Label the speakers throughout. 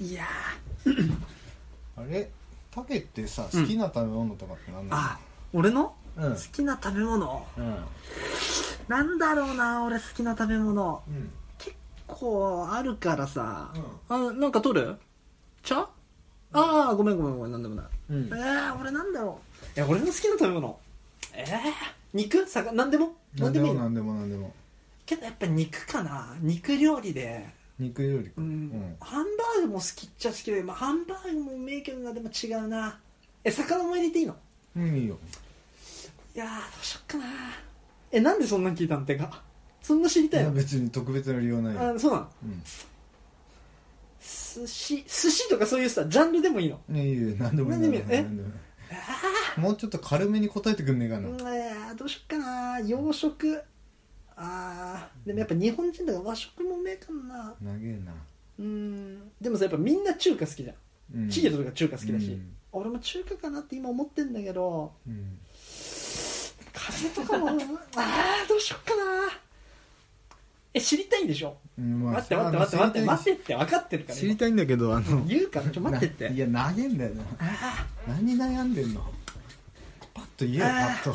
Speaker 1: いや
Speaker 2: あれタケってさ好きな食べ物とかって何
Speaker 1: ー
Speaker 2: な
Speaker 1: あ俺の
Speaker 2: の
Speaker 1: 好きな食べ物
Speaker 2: うんうん
Speaker 1: なんだろうな俺好きな食べ物
Speaker 2: うん
Speaker 1: 結構あるからさ
Speaker 2: うん、
Speaker 1: あなんか取る茶、ああごめんごめんごめんなんでもない、
Speaker 2: うん
Speaker 1: えー、俺なんだろういや俺の好きな食べ物えー、肉魚なんでもなん
Speaker 2: 何
Speaker 1: で
Speaker 2: で
Speaker 1: もい
Speaker 2: も
Speaker 1: いの
Speaker 2: 何でも何でも
Speaker 1: けどやっぱ肉かな肉料理で
Speaker 2: 肉料理か
Speaker 1: うん、ハンバーグも好きっちゃ好きで、まあ、ハンバーグもうめえけどなでも違うなえ魚も入れていいの
Speaker 2: うんいいよ
Speaker 1: いやーどうしよっかなえなんでそんなん聞いたんてかそんな知り
Speaker 2: い
Speaker 1: たい
Speaker 2: や
Speaker 1: の
Speaker 2: 別に特別な理由はないよ
Speaker 1: あそうなの
Speaker 2: うん
Speaker 1: 寿司寿司とかそういうさジャンルでもいいの
Speaker 2: ねいいよ何でもいい
Speaker 1: 何でもいいよえ
Speaker 2: 何でもいいもうちょっと軽めに答えてくんねえかな
Speaker 1: うんいやーどうしよっかな洋食あーでもやっぱ日本人だから和食もうめえかもな
Speaker 2: 長えな
Speaker 1: うんでもさやっぱみんな中華好きじゃん、
Speaker 2: うん
Speaker 1: チゲとか中華好きだし、
Speaker 2: うん
Speaker 1: 俺も中華かなって今思ってんだけど
Speaker 2: うん
Speaker 1: 風とかもあーどうしよっかなえ知りたいんでしょ
Speaker 2: うんまあ
Speaker 1: 待って待って待って待って待ってって分かってるから
Speaker 2: 知りたいんだけどあの
Speaker 1: 今言うからちょっと待ってって
Speaker 2: ないや投げんだよな
Speaker 1: あ
Speaker 2: 何悩んでんのパッと言えよパ
Speaker 1: あー
Speaker 2: ッと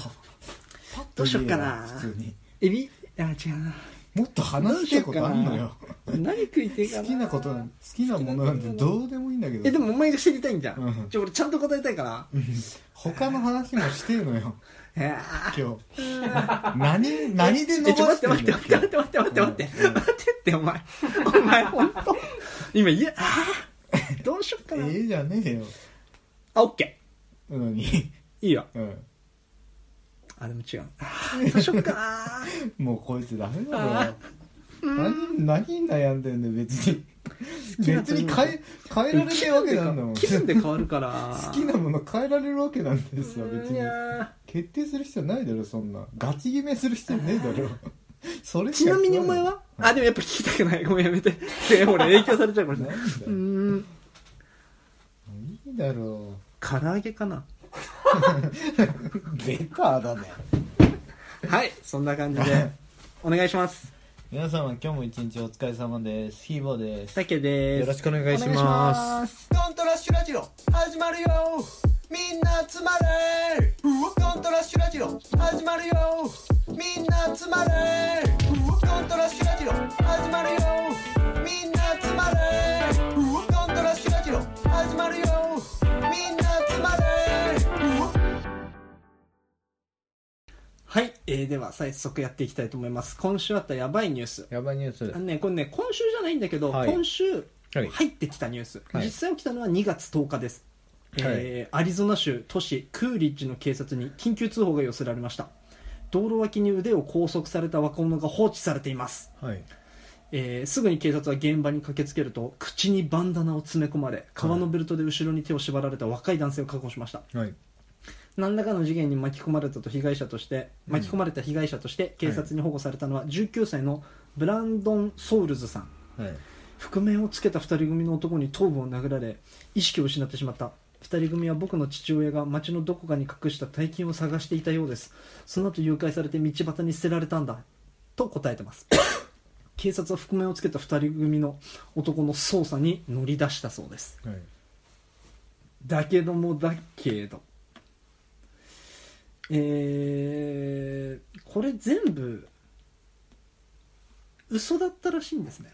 Speaker 2: パッ
Speaker 1: どうしよっかな
Speaker 2: 言えよ普通に
Speaker 1: ーエビいや違うな
Speaker 2: もっと話したいことあんのよ
Speaker 1: 何食いてえかな
Speaker 2: 好きなことなん好きなものなんてどうでもいいんだけど
Speaker 1: えでもお前が知りたいんじゃん、
Speaker 2: うん
Speaker 1: ちょ俺ちゃんと答えたいから
Speaker 2: うん他の話もしてるのよ
Speaker 1: えー
Speaker 2: 今日何何で
Speaker 1: え
Speaker 2: 伸
Speaker 1: ちょ
Speaker 2: ば
Speaker 1: 待っ
Speaker 2: して
Speaker 1: て
Speaker 2: んの
Speaker 1: 待って待って待って待って待って待って
Speaker 2: うん
Speaker 1: 待ってってお前お前本当今いやあーどうしよっかな
Speaker 2: ええじゃねえよ
Speaker 1: あオッケ
Speaker 2: なのに
Speaker 1: ーいいよ
Speaker 2: うん
Speaker 1: あでも違うあーどうしよっか な
Speaker 2: もうこいつダメだよ
Speaker 1: あ
Speaker 2: 何何悩んでんだよ別に
Speaker 1: きな
Speaker 2: 別に変え変えられないわけなんだもん
Speaker 1: 気分で変わるから
Speaker 2: 好きなもの変えられるわけなんですよ別
Speaker 1: い
Speaker 2: に
Speaker 1: やー
Speaker 2: 決定する必要ないだろそんなガチ決めする必要ねえだろ それし
Speaker 1: ち
Speaker 2: か
Speaker 1: なみにお前は
Speaker 2: は
Speaker 1: あでもやっぱ聞きたくないごめんやめてで俺影響されちゃうかもしれな
Speaker 2: 食わないい
Speaker 1: うん
Speaker 2: だよ
Speaker 1: ーん
Speaker 2: いいだろ
Speaker 1: 唐揚げかな
Speaker 2: うベターだね
Speaker 1: はいそんな感じでお願いします
Speaker 2: 皆様今日も一日お疲れ様ですヒーボーです
Speaker 1: たけです
Speaker 2: よろしくお願いします
Speaker 1: す
Speaker 3: コントラッシュラジオ始まるよみんな集まれコントラッシュラジオ始まるよみんな集まれコントラッシュラジオ始まるよみんな集まれコントラッシュラジオ始まるよみんな集まれ
Speaker 1: はい、えー、では早速やっていきたいと思います今週あったやばいニュース
Speaker 2: やばいニュース
Speaker 1: あのねこれね今週じゃないんだけど、
Speaker 2: はい
Speaker 1: 今週
Speaker 2: はい
Speaker 1: 入ってきたニュース、
Speaker 2: はい
Speaker 1: 実際起きたのは2月10日です、えーアリゾナ州都市クーリッジの警察に緊急通報が寄せられました道路脇に腕を拘束された若者が放置されています、
Speaker 2: はい
Speaker 1: えーすぐに警察は現場に駆けつけると口にバンダナを詰め込まれ革のベルトで後ろに手を縛られた若い男性を確保しました
Speaker 2: はい
Speaker 1: 何らかの事件に巻き込まれたと被害者として巻き込まれた被害者として警察に保護されたのは19歳のブランドン・ソウルズさん
Speaker 2: はい
Speaker 1: 覆面をつけた2人組の男に頭部を殴られ意識を失ってしまった2人組は僕の父親が町のどこかに隠した大金を探していたようですその後誘拐されて道端に捨てられたんだと答えてます警察は覆面をつけた2人組の男の捜査に乗り出したそうです
Speaker 2: はい
Speaker 1: だけどもだけどえー、これ全部嘘だったらしいんですね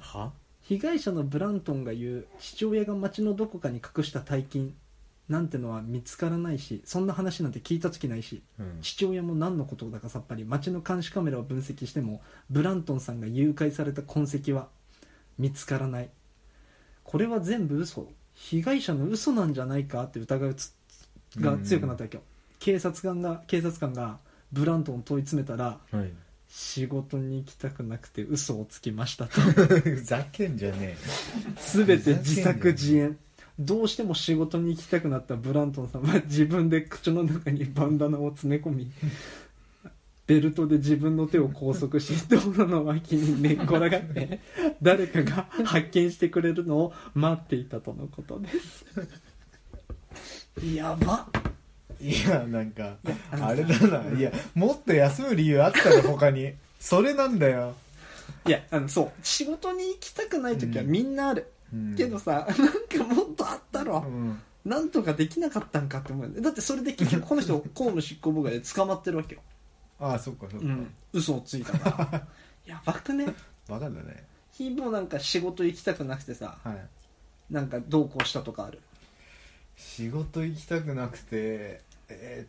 Speaker 2: は
Speaker 1: 被害者のブラントンが言う父親が町のどこかに隠した大金なんてのは見つからないしそんな話なんて聞いた時ないし
Speaker 2: うん
Speaker 1: 父親も何のことだかさっぱり町の監視カメラを分析してもブラントンさんが誘拐された痕跡は見つからないこれは全部嘘被害者の嘘なんじゃないかって疑いつが強くなったわけよ、警察官が警察官がブラントンを問い詰めたら
Speaker 2: はい
Speaker 1: 仕事に行きたくなくて嘘をつきましたと
Speaker 2: ふざけんじゃね
Speaker 1: 全て自作自演どうしても仕事に行きたくなったブラントンさんは 自分で口の中にバンダナを詰め込 みベルトで自分の手を拘束し道路の脇に寝っ転がっ て誰かが発見してくれるのを待っていたとのことですやば
Speaker 2: えいやなんかあれだないやもっと休む理由あったら他にそれなんだよ
Speaker 1: いやあのそう仕事に行きたくない時は
Speaker 2: うん
Speaker 1: みんなある、
Speaker 2: うん
Speaker 1: けどさなんかもっとあった
Speaker 2: う
Speaker 1: ろ、
Speaker 2: ん
Speaker 1: なんとかできなかったんかって思うよねだってそれで結局この人公務執行妨害で捕まってるわけよ、
Speaker 2: ああそっかそっ
Speaker 1: う
Speaker 2: か、
Speaker 1: ん、嘘をついたから やばくね
Speaker 2: バカだね
Speaker 1: ひーもなんか仕事行きたくなくてさ
Speaker 2: はい
Speaker 1: なんかどうこうしたとかある
Speaker 2: 仕事行きたくなくてえーっ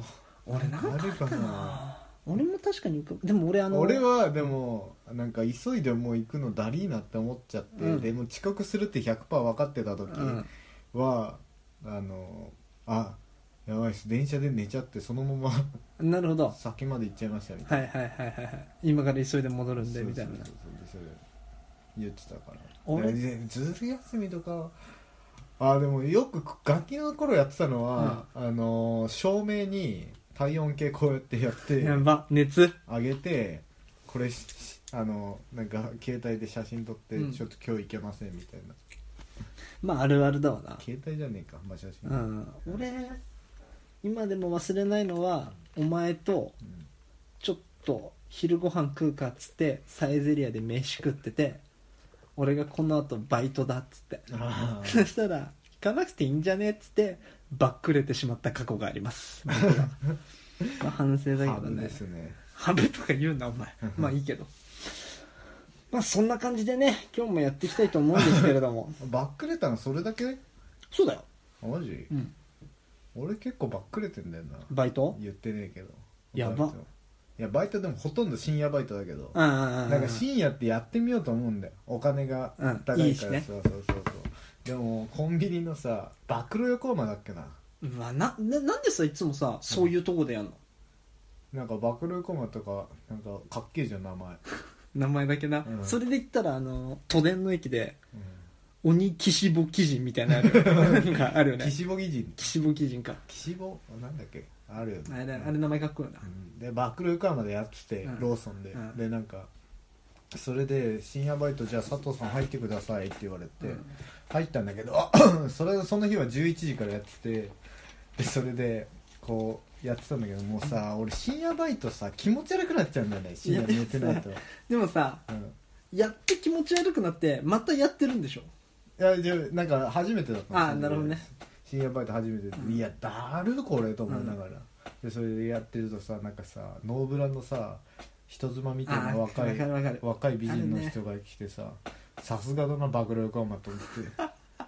Speaker 2: と
Speaker 1: 俺なんかあるか
Speaker 2: あ
Speaker 1: な
Speaker 2: るかな
Speaker 1: 俺も確かに浮かぶでも俺あの
Speaker 2: 俺はでもなんか急いでもう行くのだりーなって思っちゃって、
Speaker 1: うん
Speaker 2: でも遅刻するって100%分かってた時
Speaker 1: うん
Speaker 2: は、あのあやばいです電車で寝ちゃってそのま
Speaker 1: なるほど
Speaker 2: ま先まで行っちゃいましたみた
Speaker 1: はいいはいはいはいはい今から急いで戻る
Speaker 2: な、
Speaker 1: んでみたいな
Speaker 2: そうそうそうそうでそれ言ってたから
Speaker 1: 俺
Speaker 2: でずる休みとかあでもよく楽器の頃やってたのは、あの照明に体温計こうやってやって
Speaker 1: やば熱
Speaker 2: 上げてこれししあのなんか携帯で写真撮って、
Speaker 1: うん
Speaker 2: ちょっと今日行けませんみたいな
Speaker 1: まああるあるだわな
Speaker 2: 携帯じゃねえかまあ写真、
Speaker 1: うん俺今でも忘れないのはお前と
Speaker 2: うん
Speaker 1: ちょっと昼ご飯食うかっつってサイゼリアで飯食ってて俺がこの後バイトだっつって
Speaker 2: あ
Speaker 1: そしたら行かなくていいんじゃねっつってバックれてしまった過去があります僕 はまあ反省だけ
Speaker 2: ハ
Speaker 1: ど
Speaker 2: ブ
Speaker 1: ね
Speaker 2: ですね
Speaker 1: ハブとか言うなお前まあいいけどまあそんな感じでね今日もやっていきたいと思うんですけれども
Speaker 2: バックレたのそれだけ
Speaker 1: そうだよ、
Speaker 2: あマジ、
Speaker 1: うん、
Speaker 2: 俺結構バックレてんだよな
Speaker 1: バイト
Speaker 2: 言ってねえけど
Speaker 1: やば
Speaker 2: バイトいやバイトでもほとんど深夜バイトだけど
Speaker 1: な
Speaker 2: なんか深夜ってやってみようと思うんだよお金が
Speaker 1: うん
Speaker 2: 高いから、
Speaker 1: いいしね
Speaker 2: そうそうそうそうでもコンビニのさ暴露横浜だっけな
Speaker 1: うわなななんでさいつもさそういうとこでやんの、
Speaker 2: なんか暴露横浜とかなんかかっけえじゃん名前、
Speaker 1: 名前だけな、
Speaker 2: うん
Speaker 1: それで言ったらあの都電の駅で
Speaker 2: う
Speaker 1: 鬼岸母鬼人みたいなのあるよ なんかあるよ
Speaker 2: ん、
Speaker 1: ね
Speaker 2: 岸母義人
Speaker 1: 岸母鬼人か
Speaker 2: 岸母なんだっけあるよ
Speaker 1: あれ
Speaker 2: ね
Speaker 1: だあれ名前かっこいいよな
Speaker 2: うんで暴露横浜でやってて、
Speaker 1: うん
Speaker 2: ローソンで、
Speaker 1: うん
Speaker 2: でなんかそれで深夜バイトじゃあ佐藤さん入ってくださいって言われて、
Speaker 1: うん
Speaker 2: 入ったんだけど それその日は11時からやっててでそれでこうやってたんだけどもうさ俺深夜バイトさ気持ち悪くなっちゃうんだよね深夜寝てないと、
Speaker 1: でもさ
Speaker 2: うん、
Speaker 1: やって気持ち悪くなってまたやってるんでしょ
Speaker 2: いやじゃあなんか初めてだったの
Speaker 1: あーなるほどね
Speaker 2: 深夜バイト初めてで、
Speaker 1: うん
Speaker 2: いやだるこれと思いながら、でそれでやってるとさなんかさノーブラのさ人妻みたい
Speaker 1: あ
Speaker 2: な
Speaker 1: ー
Speaker 2: 若
Speaker 1: わ
Speaker 2: い
Speaker 1: かるわかる
Speaker 2: 若い美人の人が来てささすがだなバグロ横浜と思って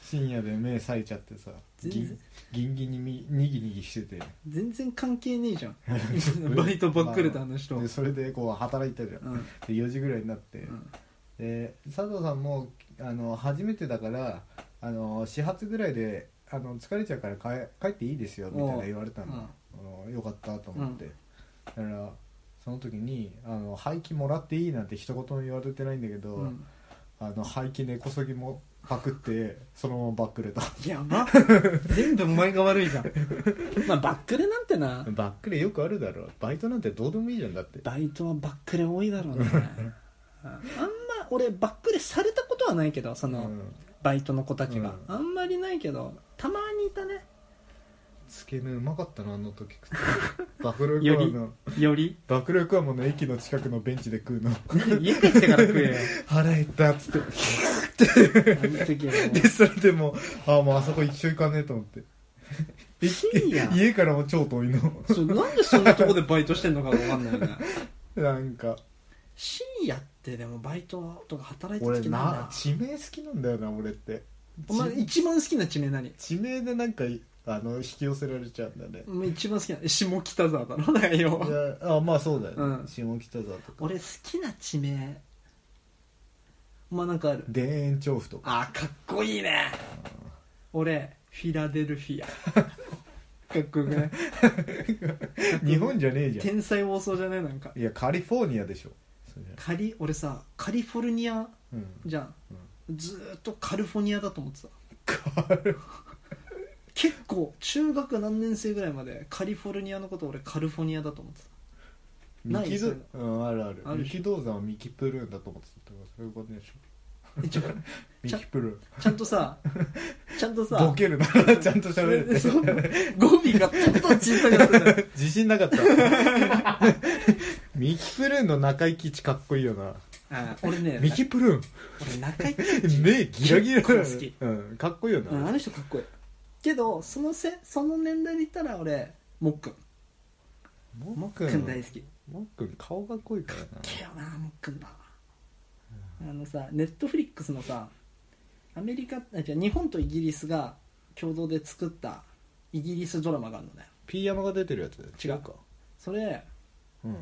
Speaker 2: 深夜で目さえちゃってさ
Speaker 1: 全
Speaker 2: ギ
Speaker 1: 然
Speaker 2: ンギンギンにみにぎにぎしてて
Speaker 1: 全然関係ねえじゃん 今のバイトばっくれた話と、
Speaker 2: でそれでこう働いたじゃん、
Speaker 1: うん
Speaker 2: で4時ぐらいになって、
Speaker 1: うん
Speaker 2: で佐藤さんもあの初めてだからあの始発ぐらいであの疲れちゃうから帰帰っていいですよみたいな言われたのあのよかったと思って、
Speaker 1: うん
Speaker 2: だからその時にあの廃棄もらっていいなんて一言も言われてないんだけど、
Speaker 1: うん
Speaker 2: あの廃棄根こそぎもパクってそのままバックレた
Speaker 1: や ば全部お前が悪いじゃんまあバックレなんてな
Speaker 2: バックレよくあるだろバイトなんてどうでもいいじゃんだって
Speaker 1: バイトはバックレ多いだろう ねああんま俺バックレされたことはないけどその、
Speaker 2: うん
Speaker 1: バイトの子たちが、
Speaker 2: うん
Speaker 1: あんまりないけどたまにいたね
Speaker 2: つけ麺うまかったなあ の時食ってバックレ
Speaker 1: よ
Speaker 2: 横浜
Speaker 1: り
Speaker 2: の
Speaker 1: より
Speaker 2: バックレ横浜の駅の近くのベンチで食うの
Speaker 1: 家帰ってから食えよ
Speaker 2: 腹減ったっつって
Speaker 1: あの時はもう
Speaker 2: でそれでもうああもうあそこ一生行かねえと思って
Speaker 1: 深夜
Speaker 2: 家からも超遠いの
Speaker 1: そうなんでそんなとこでバイトしてんのかが分かんないよね
Speaker 2: なんか
Speaker 1: 深夜ってでもバイトとか働いて
Speaker 2: 俺
Speaker 1: る時なんだ
Speaker 2: な地名好きなんだよな俺って
Speaker 1: お前一番好きな地名何
Speaker 2: 地名でなんかあの引き寄せられちゃうんだね
Speaker 1: もう一番好きな下北沢だろだよ要
Speaker 2: い
Speaker 1: は
Speaker 2: やあまあそうだよね、
Speaker 1: うん
Speaker 2: 下北沢とか
Speaker 1: 俺好きな地名まあなんかある
Speaker 2: 田園調布とか
Speaker 1: あーかっこいいね俺フィラデルフィア かっこよくない
Speaker 2: 日本じゃねえじゃ
Speaker 1: 天才多そうじゃないなんか
Speaker 2: んいやカリフォルニアでしょそれ
Speaker 1: カリ俺さカリフォルニア
Speaker 2: うん
Speaker 1: じゃん、ずーっとカリフォニアだと思ってた
Speaker 2: カリ
Speaker 1: 結構中学何年生ぐらいまでカリフォルニアのこと俺カリフォニアだと思ってた
Speaker 2: ミ
Speaker 1: ない
Speaker 2: キ
Speaker 1: そ
Speaker 2: ド
Speaker 1: ういう
Speaker 2: うんあるある
Speaker 1: あるで
Speaker 2: ミ
Speaker 1: しょ
Speaker 2: キ銅山はミキプルーンだと思ってたとかそういうことでしょ
Speaker 1: 一応
Speaker 2: ミキプル
Speaker 1: ちゃんとさちゃんとさ
Speaker 2: ボケるな ちゃんと
Speaker 1: そ
Speaker 2: 喋
Speaker 1: れ
Speaker 2: る って
Speaker 1: そう語尾がちょっと小さくなってた
Speaker 2: 自信なかったミキプルーンの中井貴一かっこいいよな
Speaker 1: あー俺ね
Speaker 2: ミキ プルー
Speaker 1: 俺中井貴
Speaker 2: ン目ギラギラ
Speaker 1: 結構好き
Speaker 2: うん、かっこいいよな、
Speaker 1: うんあの人かっこいいけどそのせその年代で言ったら俺もっくん
Speaker 2: もっく
Speaker 1: くん大
Speaker 2: ん
Speaker 1: 好き
Speaker 2: もっくん顔が濃 いからな
Speaker 1: けよなもっくんだあのさネットフリックスのさアメリカあじゃ日本とイギリスが共同で作ったイギリスドラマがあるのね
Speaker 2: ピーヤマが出てるやつ違うか
Speaker 1: それ
Speaker 2: うん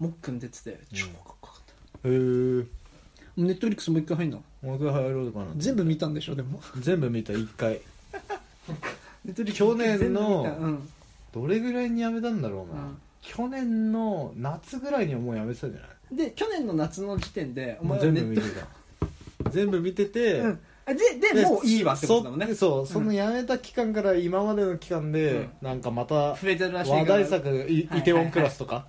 Speaker 1: もっくん出てて超かっこよかった、
Speaker 2: へえ
Speaker 1: ネットフリックスもう一回入んの
Speaker 2: もう一回入ろうかな
Speaker 1: 全部見たんでしょでも
Speaker 2: 全部見た一回
Speaker 1: ネットフリ
Speaker 2: 去年の
Speaker 1: うん、
Speaker 2: どれぐらいにやめたんだろうな、
Speaker 1: うん
Speaker 2: 去年の夏ぐらいにはもうやめてたんじゃない
Speaker 1: で去年の夏の時点でお
Speaker 2: もう
Speaker 1: 前は
Speaker 2: 全
Speaker 1: ネ
Speaker 2: 部
Speaker 1: ッ
Speaker 2: 見
Speaker 1: ト
Speaker 2: てた全部見てて、
Speaker 1: うんあでで
Speaker 2: で
Speaker 1: もういいわってことだもんね
Speaker 2: そそうそのやめた期間から今までの期間で、
Speaker 1: うん
Speaker 2: なんかまた
Speaker 1: 増えてるらしい
Speaker 2: 話題作イ
Speaker 1: はい
Speaker 2: イテウォンクラス とか、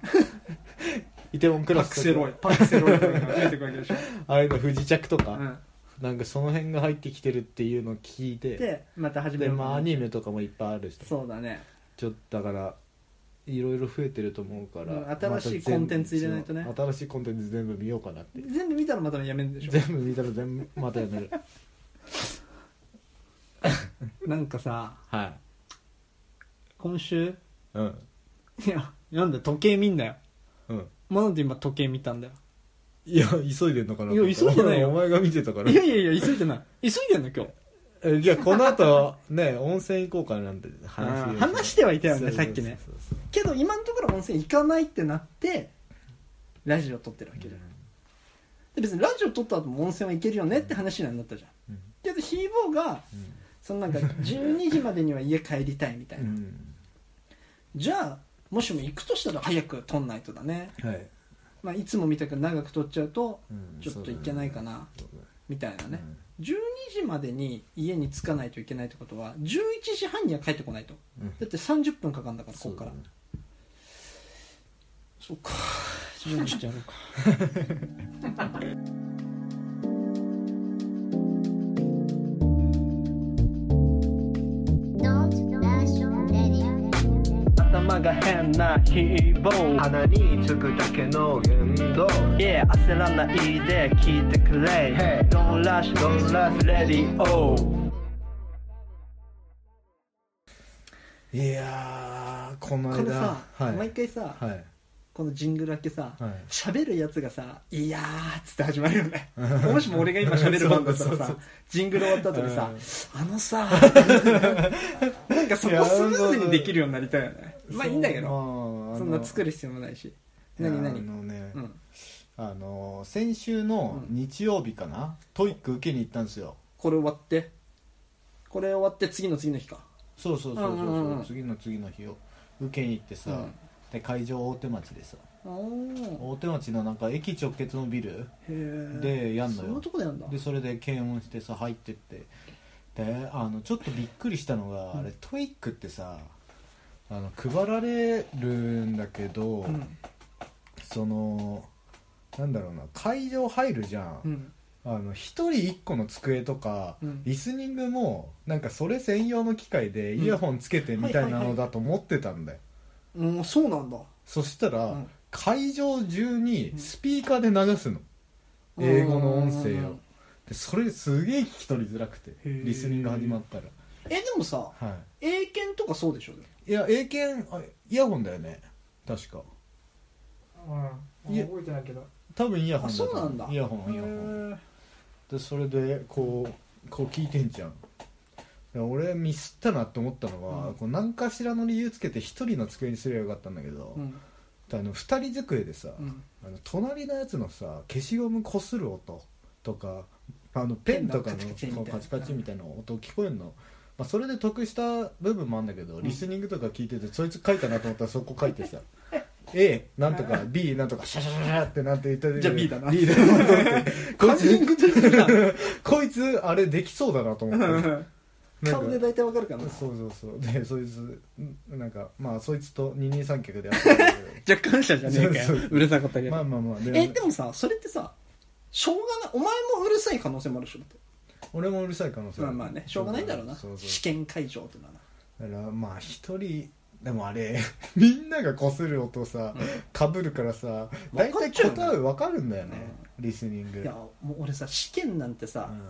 Speaker 2: イテウォンクラ
Speaker 1: パ
Speaker 2: ス
Speaker 1: クセ
Speaker 2: とか
Speaker 1: ロイパクセロイとかが出てくるわけ でしょ、
Speaker 2: ああいうの不時着とか、
Speaker 1: うん、
Speaker 2: なんかその辺が入ってきてるっていうのを聞いて
Speaker 1: でまた始め
Speaker 2: で
Speaker 1: る
Speaker 2: まあアニメとかもいっぱいあるし
Speaker 1: そうだね
Speaker 2: ちょっとだからいろいろ増えてると思うから、
Speaker 1: うん新しいコンテンツ入れないとね
Speaker 2: また全部そう新しいコンテンツ全部見ようかなって
Speaker 1: 全部見たらまたやめるんでしょ
Speaker 2: 全部見たら全部またや める
Speaker 1: なんかさ
Speaker 2: はい
Speaker 1: 今週
Speaker 2: うん
Speaker 1: いやなんだよ時計見んなよ
Speaker 2: うん
Speaker 1: マナと今時計見たんだよ
Speaker 2: いや急いでんのかない
Speaker 1: や 急いでないよ
Speaker 2: お前が見てたから
Speaker 1: いやいやいや急いでない急いでんの今日
Speaker 2: えいやこの後ね温泉行こうかなんて話
Speaker 1: あー話してはいたよね
Speaker 2: そうそうそう
Speaker 1: さっきね
Speaker 2: そうそう
Speaker 1: けど今のところ温泉行かないってなってラジオ撮ってるわけじゃんで別にラジオ撮った後も温泉は行けるよねって話にはなったじゃん
Speaker 2: うん
Speaker 1: けどひーぼーがそ のなんか12時までには家帰りたいみたい
Speaker 2: うん
Speaker 1: なじゃあもしも行くとしたら早く撮んないとだね、
Speaker 2: うんはい
Speaker 1: まあ、いつもみたく長く撮っちゃうと
Speaker 2: うん
Speaker 1: ちょっといけないかな
Speaker 2: そうだね
Speaker 1: みたいな
Speaker 2: そうだ
Speaker 1: ね
Speaker 2: ね
Speaker 1: 12時までに家に着かないといけないってことは11時半には帰ってこないと
Speaker 2: うん
Speaker 1: だって30分かかるんだからこ
Speaker 2: そ
Speaker 1: こ
Speaker 2: う
Speaker 1: か
Speaker 2: だ
Speaker 1: ら
Speaker 2: ね
Speaker 1: そうか準備してやろうか
Speaker 4: Not National Radio.
Speaker 5: 頭が変な希望
Speaker 6: 鼻につくだけの言動
Speaker 5: いや焦らないで聞いてくれ
Speaker 6: Hey
Speaker 5: Don't rush Don't rush Radio
Speaker 2: いやーこの
Speaker 1: こ
Speaker 2: 間
Speaker 1: れさ、
Speaker 2: はい
Speaker 1: 毎回さ、
Speaker 2: はい
Speaker 1: このジングル明けさ
Speaker 2: はい
Speaker 1: 喋、るやつがさ「いやー」っつって始まるよねもしも俺が今喋る番だったら
Speaker 2: そうそう
Speaker 1: さ
Speaker 2: そう
Speaker 1: ジングル終わった後にさ
Speaker 2: う
Speaker 1: 「
Speaker 2: ん
Speaker 1: あのさ」 なんかそこスムーズにできるようになりたいよねまあいいんだけど
Speaker 2: ど
Speaker 1: そんな作る必要もないし何
Speaker 2: あ
Speaker 1: 何
Speaker 2: のね
Speaker 1: うん
Speaker 2: あの先週の日曜日かなトイック受けに行ったんですよ
Speaker 1: これ終わってこれ終わって次の次の日か
Speaker 2: そうそうそうそう
Speaker 1: うんうんうんう
Speaker 2: そ
Speaker 1: ん
Speaker 2: う次の次の日を受けに行って
Speaker 1: う
Speaker 2: さ
Speaker 1: ん
Speaker 2: で会場大手町でさ
Speaker 1: お
Speaker 2: 大手町のなんか駅直結のビル
Speaker 1: へー
Speaker 2: でやんの
Speaker 1: そ
Speaker 2: よ
Speaker 1: んなとこでやんだ
Speaker 2: でそれで検温してさ入ってってであのちょっとびっくりしたのが、あれトイックってさあの配られるんだけど、
Speaker 1: うん
Speaker 2: そのなんだろうな会場入るじゃん、
Speaker 1: うん
Speaker 2: あの一人一個の机とか、
Speaker 1: うん
Speaker 2: リスニングもなんかそれ専用の機械で
Speaker 1: うん
Speaker 2: イヤホンつけてみたいな
Speaker 1: はいはいは
Speaker 2: の
Speaker 1: い
Speaker 2: だと思ってたんだよ、
Speaker 1: うんそうなんだ
Speaker 2: そしたら、
Speaker 1: うん
Speaker 2: 会場中にスピーカーで流すの、
Speaker 1: うん
Speaker 2: 英語の
Speaker 1: うんう
Speaker 2: 音声
Speaker 1: んう
Speaker 2: を
Speaker 1: ん
Speaker 2: でそれすげえ聞き取りづらくて
Speaker 1: ー
Speaker 2: リスニング始まったら
Speaker 1: えでもさ
Speaker 2: は
Speaker 1: 英検とかそうでしょ
Speaker 2: いいや英検あイヤホンだよね確か
Speaker 1: うん
Speaker 2: いや
Speaker 1: 覚えてないけど
Speaker 2: 多分イヤホンと思
Speaker 1: あそうなんだ
Speaker 2: イヤホンイヤホンでそれでこうこう聞いてんじゃんで俺ミスったなって思ったのは、
Speaker 1: うん
Speaker 2: こう何かしらの理由つけて一人の机にすればよかったんだけど、
Speaker 1: うん
Speaker 2: であの二人机でさ、
Speaker 1: うん
Speaker 2: あの隣のやつのさ消しゴムこする音とかあのペンとかの
Speaker 1: ペンのカチカチみたいな
Speaker 2: こうカチカチみたいな音聞こえるの、まあ、それで得した部分もあるんだけど、リスニングとか聞いててそいつ書いたなと思ったらそこ書いてさ A なん とか B なんとかシャシャシャシャってなんて言った時
Speaker 1: じゃあ B だな
Speaker 2: B だなと 思ってこい
Speaker 1: カンニン
Speaker 2: つ
Speaker 1: グじ ゃん
Speaker 2: こいつあれできそうだなと思ってなんか
Speaker 1: 顔で大体わかるかな
Speaker 2: そうそうそうでそいつんなんかまあそいつと二人三脚でやってたんだけど
Speaker 1: 若干者じゃねえかよ
Speaker 2: そうそ う
Speaker 1: うるさかったけ
Speaker 2: まあ
Speaker 1: ど
Speaker 2: まあまあ
Speaker 1: えでもさそれってさしょうがないお前もうるさい可能性もあるでしょだって
Speaker 2: 俺もうるさい可能性
Speaker 1: まあ
Speaker 2: る
Speaker 1: まあねしょうがないんだろうな
Speaker 2: そうそう
Speaker 1: 試験会場ってのはな
Speaker 2: だからまあ一人でもあれ みんながこする音さかぶ、被るからさ大
Speaker 1: 分かっちゃうよね
Speaker 2: 体答え分かるんだよね、リスニング
Speaker 1: いやもう俺さ試験なんてさ、
Speaker 2: うん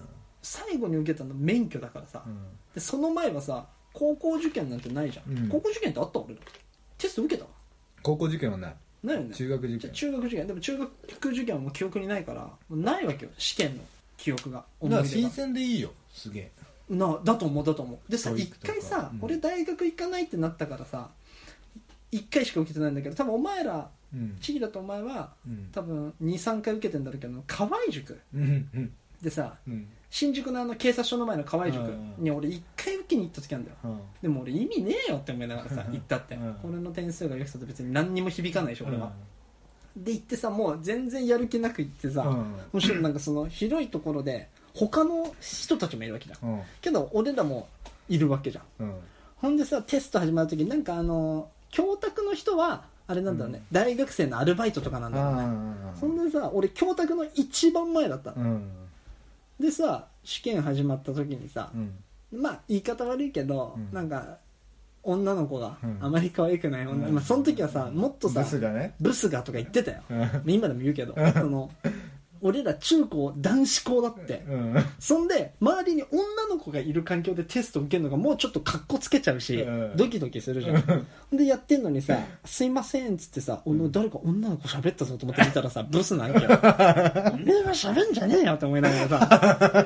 Speaker 1: 最後に受けたの免許だからさ、
Speaker 2: うん
Speaker 1: でその前はさ高校受験なんてないじゃん、
Speaker 2: うん
Speaker 1: 高校受験ってあった俺らテスト受けた
Speaker 2: 高校受験はない
Speaker 1: ないよね
Speaker 2: 中学受
Speaker 1: じゃ
Speaker 2: 験
Speaker 1: あ中学受験でも中学受験はもう記憶にないからもうないわけよ試験の記憶が思い
Speaker 2: だから
Speaker 1: 出が
Speaker 2: 新鮮でいいよすげえ
Speaker 1: なだと思うだと思うでさ
Speaker 2: 教育
Speaker 1: 一
Speaker 2: とか
Speaker 1: 回さ、
Speaker 2: うん
Speaker 1: 俺大学行かないってなったからさ一回しか受けてないんだけど多分お前ら
Speaker 2: うん
Speaker 1: チギラとお前は
Speaker 2: うん
Speaker 1: 多分23回受けてんだろうけど河合塾
Speaker 2: うんうん
Speaker 1: でさ
Speaker 2: うん
Speaker 1: 新宿のあの警察署の前の河合塾
Speaker 2: うん
Speaker 1: に俺一回受けに行った時なんだよ
Speaker 2: うん
Speaker 1: でも俺意味ねえよって思いながらさ行ったって、
Speaker 2: うん
Speaker 1: 俺の点数が良くたと別に何にも響かないでしょ俺は、で行ってさもう全然やる気なく行ってさ、
Speaker 2: うん
Speaker 1: むしろなんかその広いところで他の人たちもいるわけじゃん
Speaker 2: うん
Speaker 1: けど俺らもいるわけじゃん
Speaker 2: うん
Speaker 1: ほんでさテスト始まる時なんかあの教託の人はあれなんだろうね、
Speaker 2: うん
Speaker 1: 大学生のアルバイトとかなんだろうね、
Speaker 2: あ
Speaker 1: そんでさ俺教託の一番前だったの、
Speaker 2: うん
Speaker 1: でさ試験始まった時にさ
Speaker 2: う、ん
Speaker 1: まあ言い方悪いけど、
Speaker 2: うん
Speaker 1: なんか女の子が
Speaker 2: うん
Speaker 1: あまり可愛くない女、
Speaker 2: うん
Speaker 1: まあ、その時はさもっとさ
Speaker 2: ブスがね
Speaker 1: ブスがとか言ってたよ
Speaker 2: うん
Speaker 1: 今でも言うけどその俺ら中高男子校だって
Speaker 2: うん
Speaker 1: そんで周りに女の子がいる環境でテスト受けるのがもうちょっとかっこつけちゃうし、
Speaker 2: うん
Speaker 1: ドキドキするじゃんでやってんのにさ「すいません」っつってさ俺の誰か女の子喋ったぞと思って見たらさブスなわ けよおめえは喋んじゃねえよって思いながら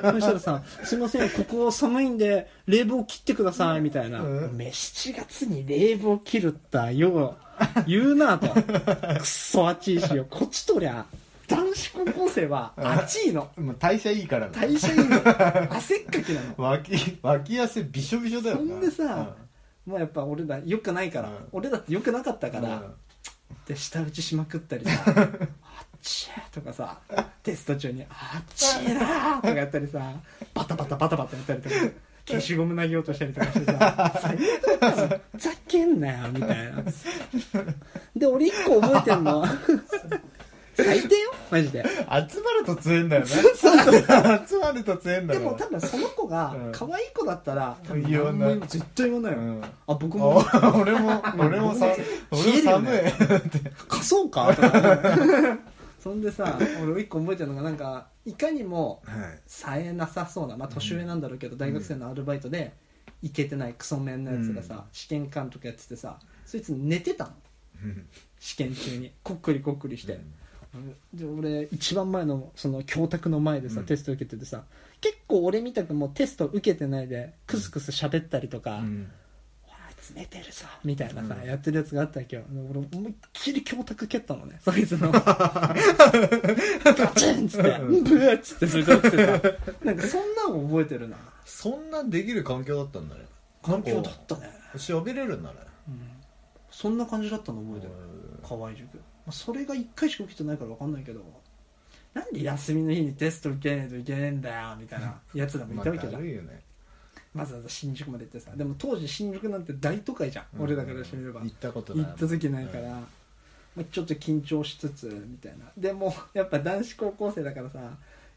Speaker 1: さそしたらさ「すいませんここ寒いんで冷房切ってください」みたいな「
Speaker 2: うん
Speaker 1: おめえ7月に冷房切るったよう言うな」 とくっそ暑いしよこっちとりゃ男子高校生は暑いの
Speaker 2: まあ代謝いいからな
Speaker 1: 代謝いいの 汗っかきなの
Speaker 2: 脇脇汗びしょびしょだよ
Speaker 1: そ
Speaker 2: なん
Speaker 1: でさ、まあやっぱ俺ら良くないから、
Speaker 2: うん
Speaker 1: 俺だって良くなかった
Speaker 2: う
Speaker 1: か
Speaker 2: ん
Speaker 1: ら、で舌打ちしまくったり さ「あっちー」とかさテスト中に「あっちーなー」とかやったりさバタバタバタバタやったり とか消しゴム投げようとしたりとかしてさ最悪だよ「ふざけんなよ」みたいなで俺一個覚えてん の最低よマジで
Speaker 2: 集まると強えんだよ ね集まると強えんだ
Speaker 1: で
Speaker 2: よ
Speaker 1: も多分その子が
Speaker 2: うん
Speaker 1: 可愛い子だったら、多分
Speaker 2: 言わない
Speaker 1: 何も絶対言わないよ、
Speaker 2: うん
Speaker 1: あ僕も
Speaker 2: あ 俺も俺もさ
Speaker 1: 冷え
Speaker 2: 俺も
Speaker 1: るよ
Speaker 2: 寒い
Speaker 1: ね貸そうかとかそんで さ俺一個覚えてるのがなんかいかにも冴えなさそうなまあ年上なんだろうけど、大学生のアルバイトでイケてないクソメンのやつがさ、
Speaker 2: うん
Speaker 1: 試験監督やっててさそいつ寝てたの
Speaker 2: うん
Speaker 1: 試験中にこっくりこっくりして、で俺一番前のその教託の前でさ、
Speaker 2: うん
Speaker 1: テスト受けててさ結構俺みたくもうテスト受けてないでクスクス喋ったりとか、
Speaker 2: うん
Speaker 1: 詰めてるさみたいなさ、
Speaker 2: うん
Speaker 1: やってるやつがあったわけよで俺思いっきり教託蹴ったのねそいつのガチンっつって
Speaker 2: うん
Speaker 1: ブーっつってそれで起きてさなんかそんなの覚えてるな
Speaker 2: そんなできる環境だったんだね
Speaker 1: 環境だったね、
Speaker 2: 喋れるんだね
Speaker 1: うん、そんな感じだったの覚えてる
Speaker 2: うん
Speaker 1: 河合塾、まあ、それが1回しか起きてないから分かんないけどなんで休みの日にテスト受けないといけねえんだよみたいなやつらもい
Speaker 2: まあ
Speaker 1: たわけじゃ
Speaker 2: だ
Speaker 1: ん
Speaker 2: るいよね
Speaker 1: わざわざ新宿まで行ってさでも当時新宿なんて大都会じゃん、俺らからしてみれば
Speaker 2: 行ったこと
Speaker 1: 行
Speaker 2: ない
Speaker 1: った時ないから、まあちょっと緊張しつつみたいなでもやっぱ男子高校生だからさ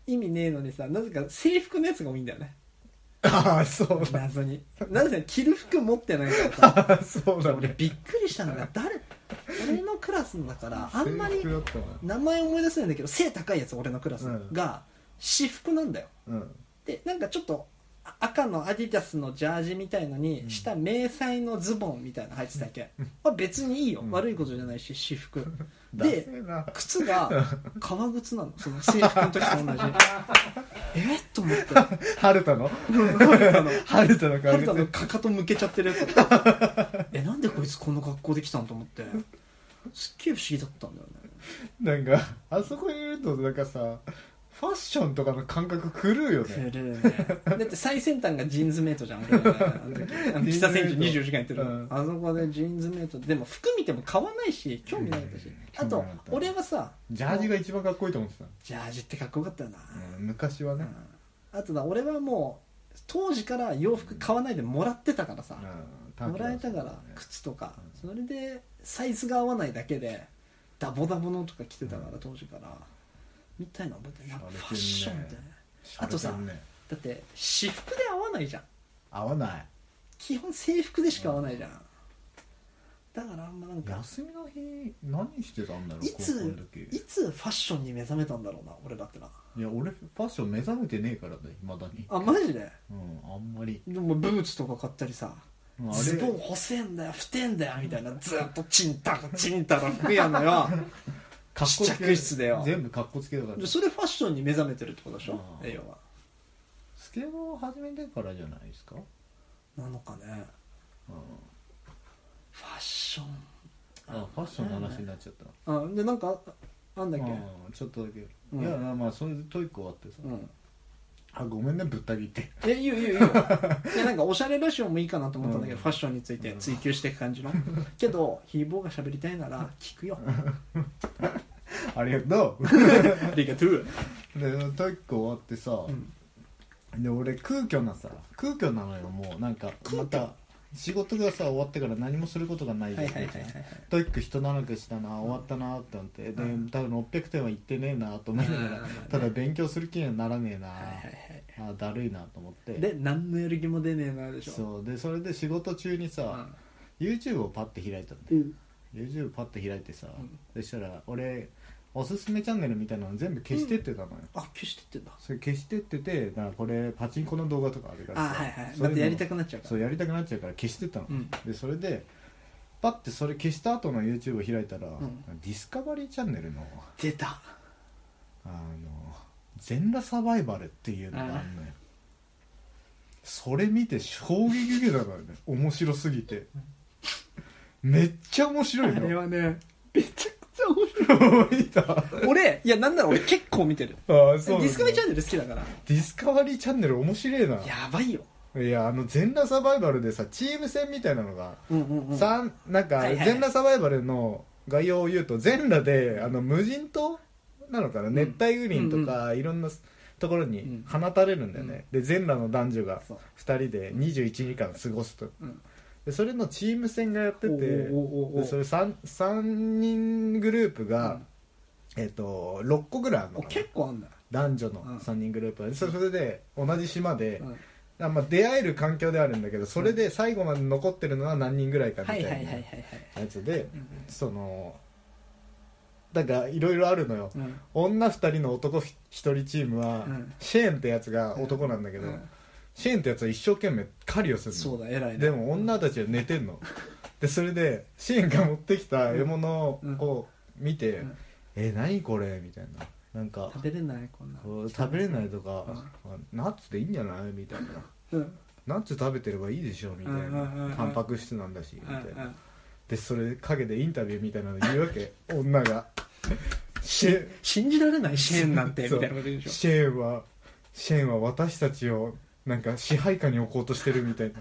Speaker 1: 意味ねえのにさなぜか制服のやつが多いんだよね
Speaker 2: ああそう だ
Speaker 1: 謎 になぜか着る服持ってないからさ
Speaker 2: そうだ
Speaker 1: 俺
Speaker 2: ね
Speaker 1: びっくりしたのが誰俺のクラスのだからあんまり
Speaker 2: 制服だったわ
Speaker 1: 名前思い出せないんだけど背高いやつ俺のクラス
Speaker 2: うん
Speaker 1: が私服なんだよ
Speaker 2: うん
Speaker 1: でなんかちょっとあ赤のアディダスのジャージみたいのに
Speaker 2: うん
Speaker 1: 下迷彩のズボンみたいなの入ってたっけ、まあ、別にいいよ、
Speaker 2: うん
Speaker 1: 悪いことじゃないし私服
Speaker 2: ダセ
Speaker 1: で
Speaker 2: えな
Speaker 1: 靴が革靴なのその制服の時と同 じえっと思って
Speaker 2: 春田の
Speaker 1: 春田の
Speaker 2: 春田の
Speaker 1: 春田
Speaker 2: 感
Speaker 1: の
Speaker 2: じ
Speaker 1: かかと向けちゃってるやつだった えなんでこいつこんな格好できたんと思ってすっげえ不思議だったんだよね
Speaker 2: なんかあそこにいるとなんかさファッションとかの感覚狂うよね
Speaker 1: 古いねだって最先端がジーンズメイト じゃん俺らがあの時あの
Speaker 2: ジーンズメ
Speaker 1: 喫
Speaker 2: イト
Speaker 1: 茶店長24時間やってる、
Speaker 2: うん
Speaker 1: あそこでジーンズメイトでも服見ても買わないし興味なかったし、
Speaker 2: うん
Speaker 1: あ
Speaker 2: 興
Speaker 1: と
Speaker 2: 味なかった
Speaker 1: 俺はさ
Speaker 2: ジャージが一番かっこいいと思ってた
Speaker 1: ジャージってかっこよかったよな、
Speaker 2: うん昔はね
Speaker 1: あとだ俺はもう当時から洋服買わないでもらってたからさ、もらえたから靴とか、それでサイズが合わないだけでダボダボのとか着てたから当時から、みたいな覚えてるな
Speaker 2: 洒落てんね
Speaker 1: ファッションみたいなあとさ
Speaker 2: 喋ってるね
Speaker 1: だって私服で合わないじゃん
Speaker 2: 合わない
Speaker 1: 基本制服でしか合わないじゃんだからあんまなんか
Speaker 2: 休みの日何してたんだろう
Speaker 1: い
Speaker 2: 高校の
Speaker 1: つ
Speaker 2: 時
Speaker 1: いつファッションに目覚めたんだろうな俺だってない
Speaker 2: や俺ファッション目覚めてねえからだいまだに
Speaker 1: あマジで
Speaker 2: うんあんまり
Speaker 1: でもブーツとか買ったりさ
Speaker 2: うんあれ
Speaker 1: ズボン
Speaker 2: 買
Speaker 1: 干せんだよ太てんだよみたいなずっとチン タラチンタラ服やんのよ
Speaker 2: っこつ
Speaker 1: 試
Speaker 2: け
Speaker 1: 着室だよ
Speaker 2: 全部かっこつけだから
Speaker 1: でそれファッションに目覚めてるってことでしょ
Speaker 2: あー
Speaker 1: 栄養は
Speaker 2: スケボーを始めてからじゃないですか
Speaker 1: なのかね
Speaker 2: うん
Speaker 1: ファッション
Speaker 2: あファッションの話になっちゃった
Speaker 1: あでなんかああんだっけ
Speaker 2: うんちょっとだけい
Speaker 1: うん
Speaker 2: やまあそれでトイック終わってさ
Speaker 1: うん
Speaker 2: あごめんねぶった切って
Speaker 1: えいいよいいよいいよいやなんかおしゃれラジオもいいかなと思ったんだけど、
Speaker 2: うん
Speaker 1: ファッションについて追求していく感 じの、けどひーぼーが喋りたいなら聞くよ
Speaker 2: ありがとう
Speaker 1: ありがとう、
Speaker 2: でトイック終わってさ、
Speaker 1: うん
Speaker 2: で俺空虚なさ空虚なのよもうなんかまた仕事がさ終わってから何もすることがない
Speaker 1: はい
Speaker 2: じゃ
Speaker 1: は
Speaker 2: ん
Speaker 1: いはいはいはい
Speaker 2: トイック人長くしたな終わったなって思って、で
Speaker 1: うん
Speaker 2: 多分600点はいってねえなと思いながら、
Speaker 1: うん
Speaker 2: ただ勉強する気にはならねえな、
Speaker 1: はいはい
Speaker 2: あだるいなと思って
Speaker 1: はいで何のやる気も出ねえなでしょ
Speaker 2: そうでそれで仕事中にさ、YouTube をパッて開いたんだ
Speaker 1: う
Speaker 2: よ、
Speaker 1: ん
Speaker 2: YouTube パッて開いてさ、
Speaker 1: ん
Speaker 2: そしたら俺おすすめチャンネルみたいなの全部消してってたのよ、
Speaker 1: あ消してってんだ
Speaker 2: それ消してっててだからこれパチンコの動画とかあるか
Speaker 1: あ
Speaker 2: ら
Speaker 1: はいはい
Speaker 2: そう
Speaker 1: ま
Speaker 2: うの
Speaker 1: たやりたくなっちゃうか
Speaker 2: そ
Speaker 1: ら
Speaker 2: うやりたくなっちゃうから消してたの、
Speaker 1: うん
Speaker 2: でそれでパッてそれ消した後の YouTube を開いたら、
Speaker 1: ん
Speaker 2: ディスカバリーチャンネルの
Speaker 1: 出た
Speaker 2: あの全裸サバイバルっていうのがあんのよそれ見て衝撃受けたからね面白すぎてめっちゃ面
Speaker 1: あ
Speaker 2: 白い
Speaker 1: れ
Speaker 2: の
Speaker 1: はねめちゃくちゃ面白
Speaker 2: 見たあ
Speaker 1: い俺いやなんなら俺結構見てる
Speaker 2: ー
Speaker 1: デ
Speaker 2: そうなん
Speaker 1: ィ
Speaker 2: だ
Speaker 1: スカバリーチャンネル好きだから
Speaker 2: ディスカバリーチャンネル面白いな
Speaker 1: やばいよ
Speaker 2: いやあの全裸サバイバルでさチーム戦みたいなのが、
Speaker 1: うんうんうん
Speaker 2: さんなんか
Speaker 1: はいはい
Speaker 2: 全裸サバイバルの概要を言うと全裸であの無人島なのかな、
Speaker 1: ん
Speaker 2: 熱帯雨林とか、いろんなところに放たれるんだよね、で全裸の男女が
Speaker 1: そう
Speaker 2: 2人で21時間過ごすと、
Speaker 1: うん
Speaker 2: でそれのチーム戦がやってて
Speaker 1: おーおーおーおー
Speaker 2: でそれ 3, 三人グループが、えっと6個ぐらいあるの
Speaker 1: お
Speaker 2: かな
Speaker 1: 結構あんだよ
Speaker 2: 男女
Speaker 1: うん
Speaker 2: の3人グループ、でそそれで同じ島で、
Speaker 1: うん
Speaker 2: あまあ、出会える環境ではあるんだけどそれで最後まで残ってるのは何人ぐらいかみ
Speaker 1: は
Speaker 2: たい
Speaker 1: いはいはい
Speaker 2: な
Speaker 1: はい
Speaker 2: やつで、
Speaker 1: ん
Speaker 2: そのだからいろいろあるのよ、
Speaker 1: はいうん
Speaker 2: 女2人の男1人チームは、
Speaker 1: うん
Speaker 2: シェーンってやつが男なんだけど、
Speaker 1: うん
Speaker 2: シェーンってやつは一生懸命狩りをするの
Speaker 1: そうだ偉いね
Speaker 2: でも女たちは寝てんのでそれでシェーンが持ってきた獲物
Speaker 1: うん
Speaker 2: を見て「
Speaker 1: うん
Speaker 2: え何これ?」みたいななんか
Speaker 1: 食べれないこんな
Speaker 2: こう食べれないとか、ナッツでいいんじゃないみたいな。
Speaker 1: うん
Speaker 2: ナッツ食べてればいいでしょみたい
Speaker 1: うんうんうんう
Speaker 2: なんタンパク質なんだしみ
Speaker 1: うん
Speaker 2: た
Speaker 1: う
Speaker 2: いなんでそれ陰でインタビューみたいなの言うわけ 女がシェ
Speaker 1: 信じられない支援なんてみ
Speaker 2: そ
Speaker 1: た
Speaker 2: う
Speaker 1: いなこと言うでし
Speaker 2: シェーンはシェーンは私たちをなんか支配下に置こうとしてるみたいな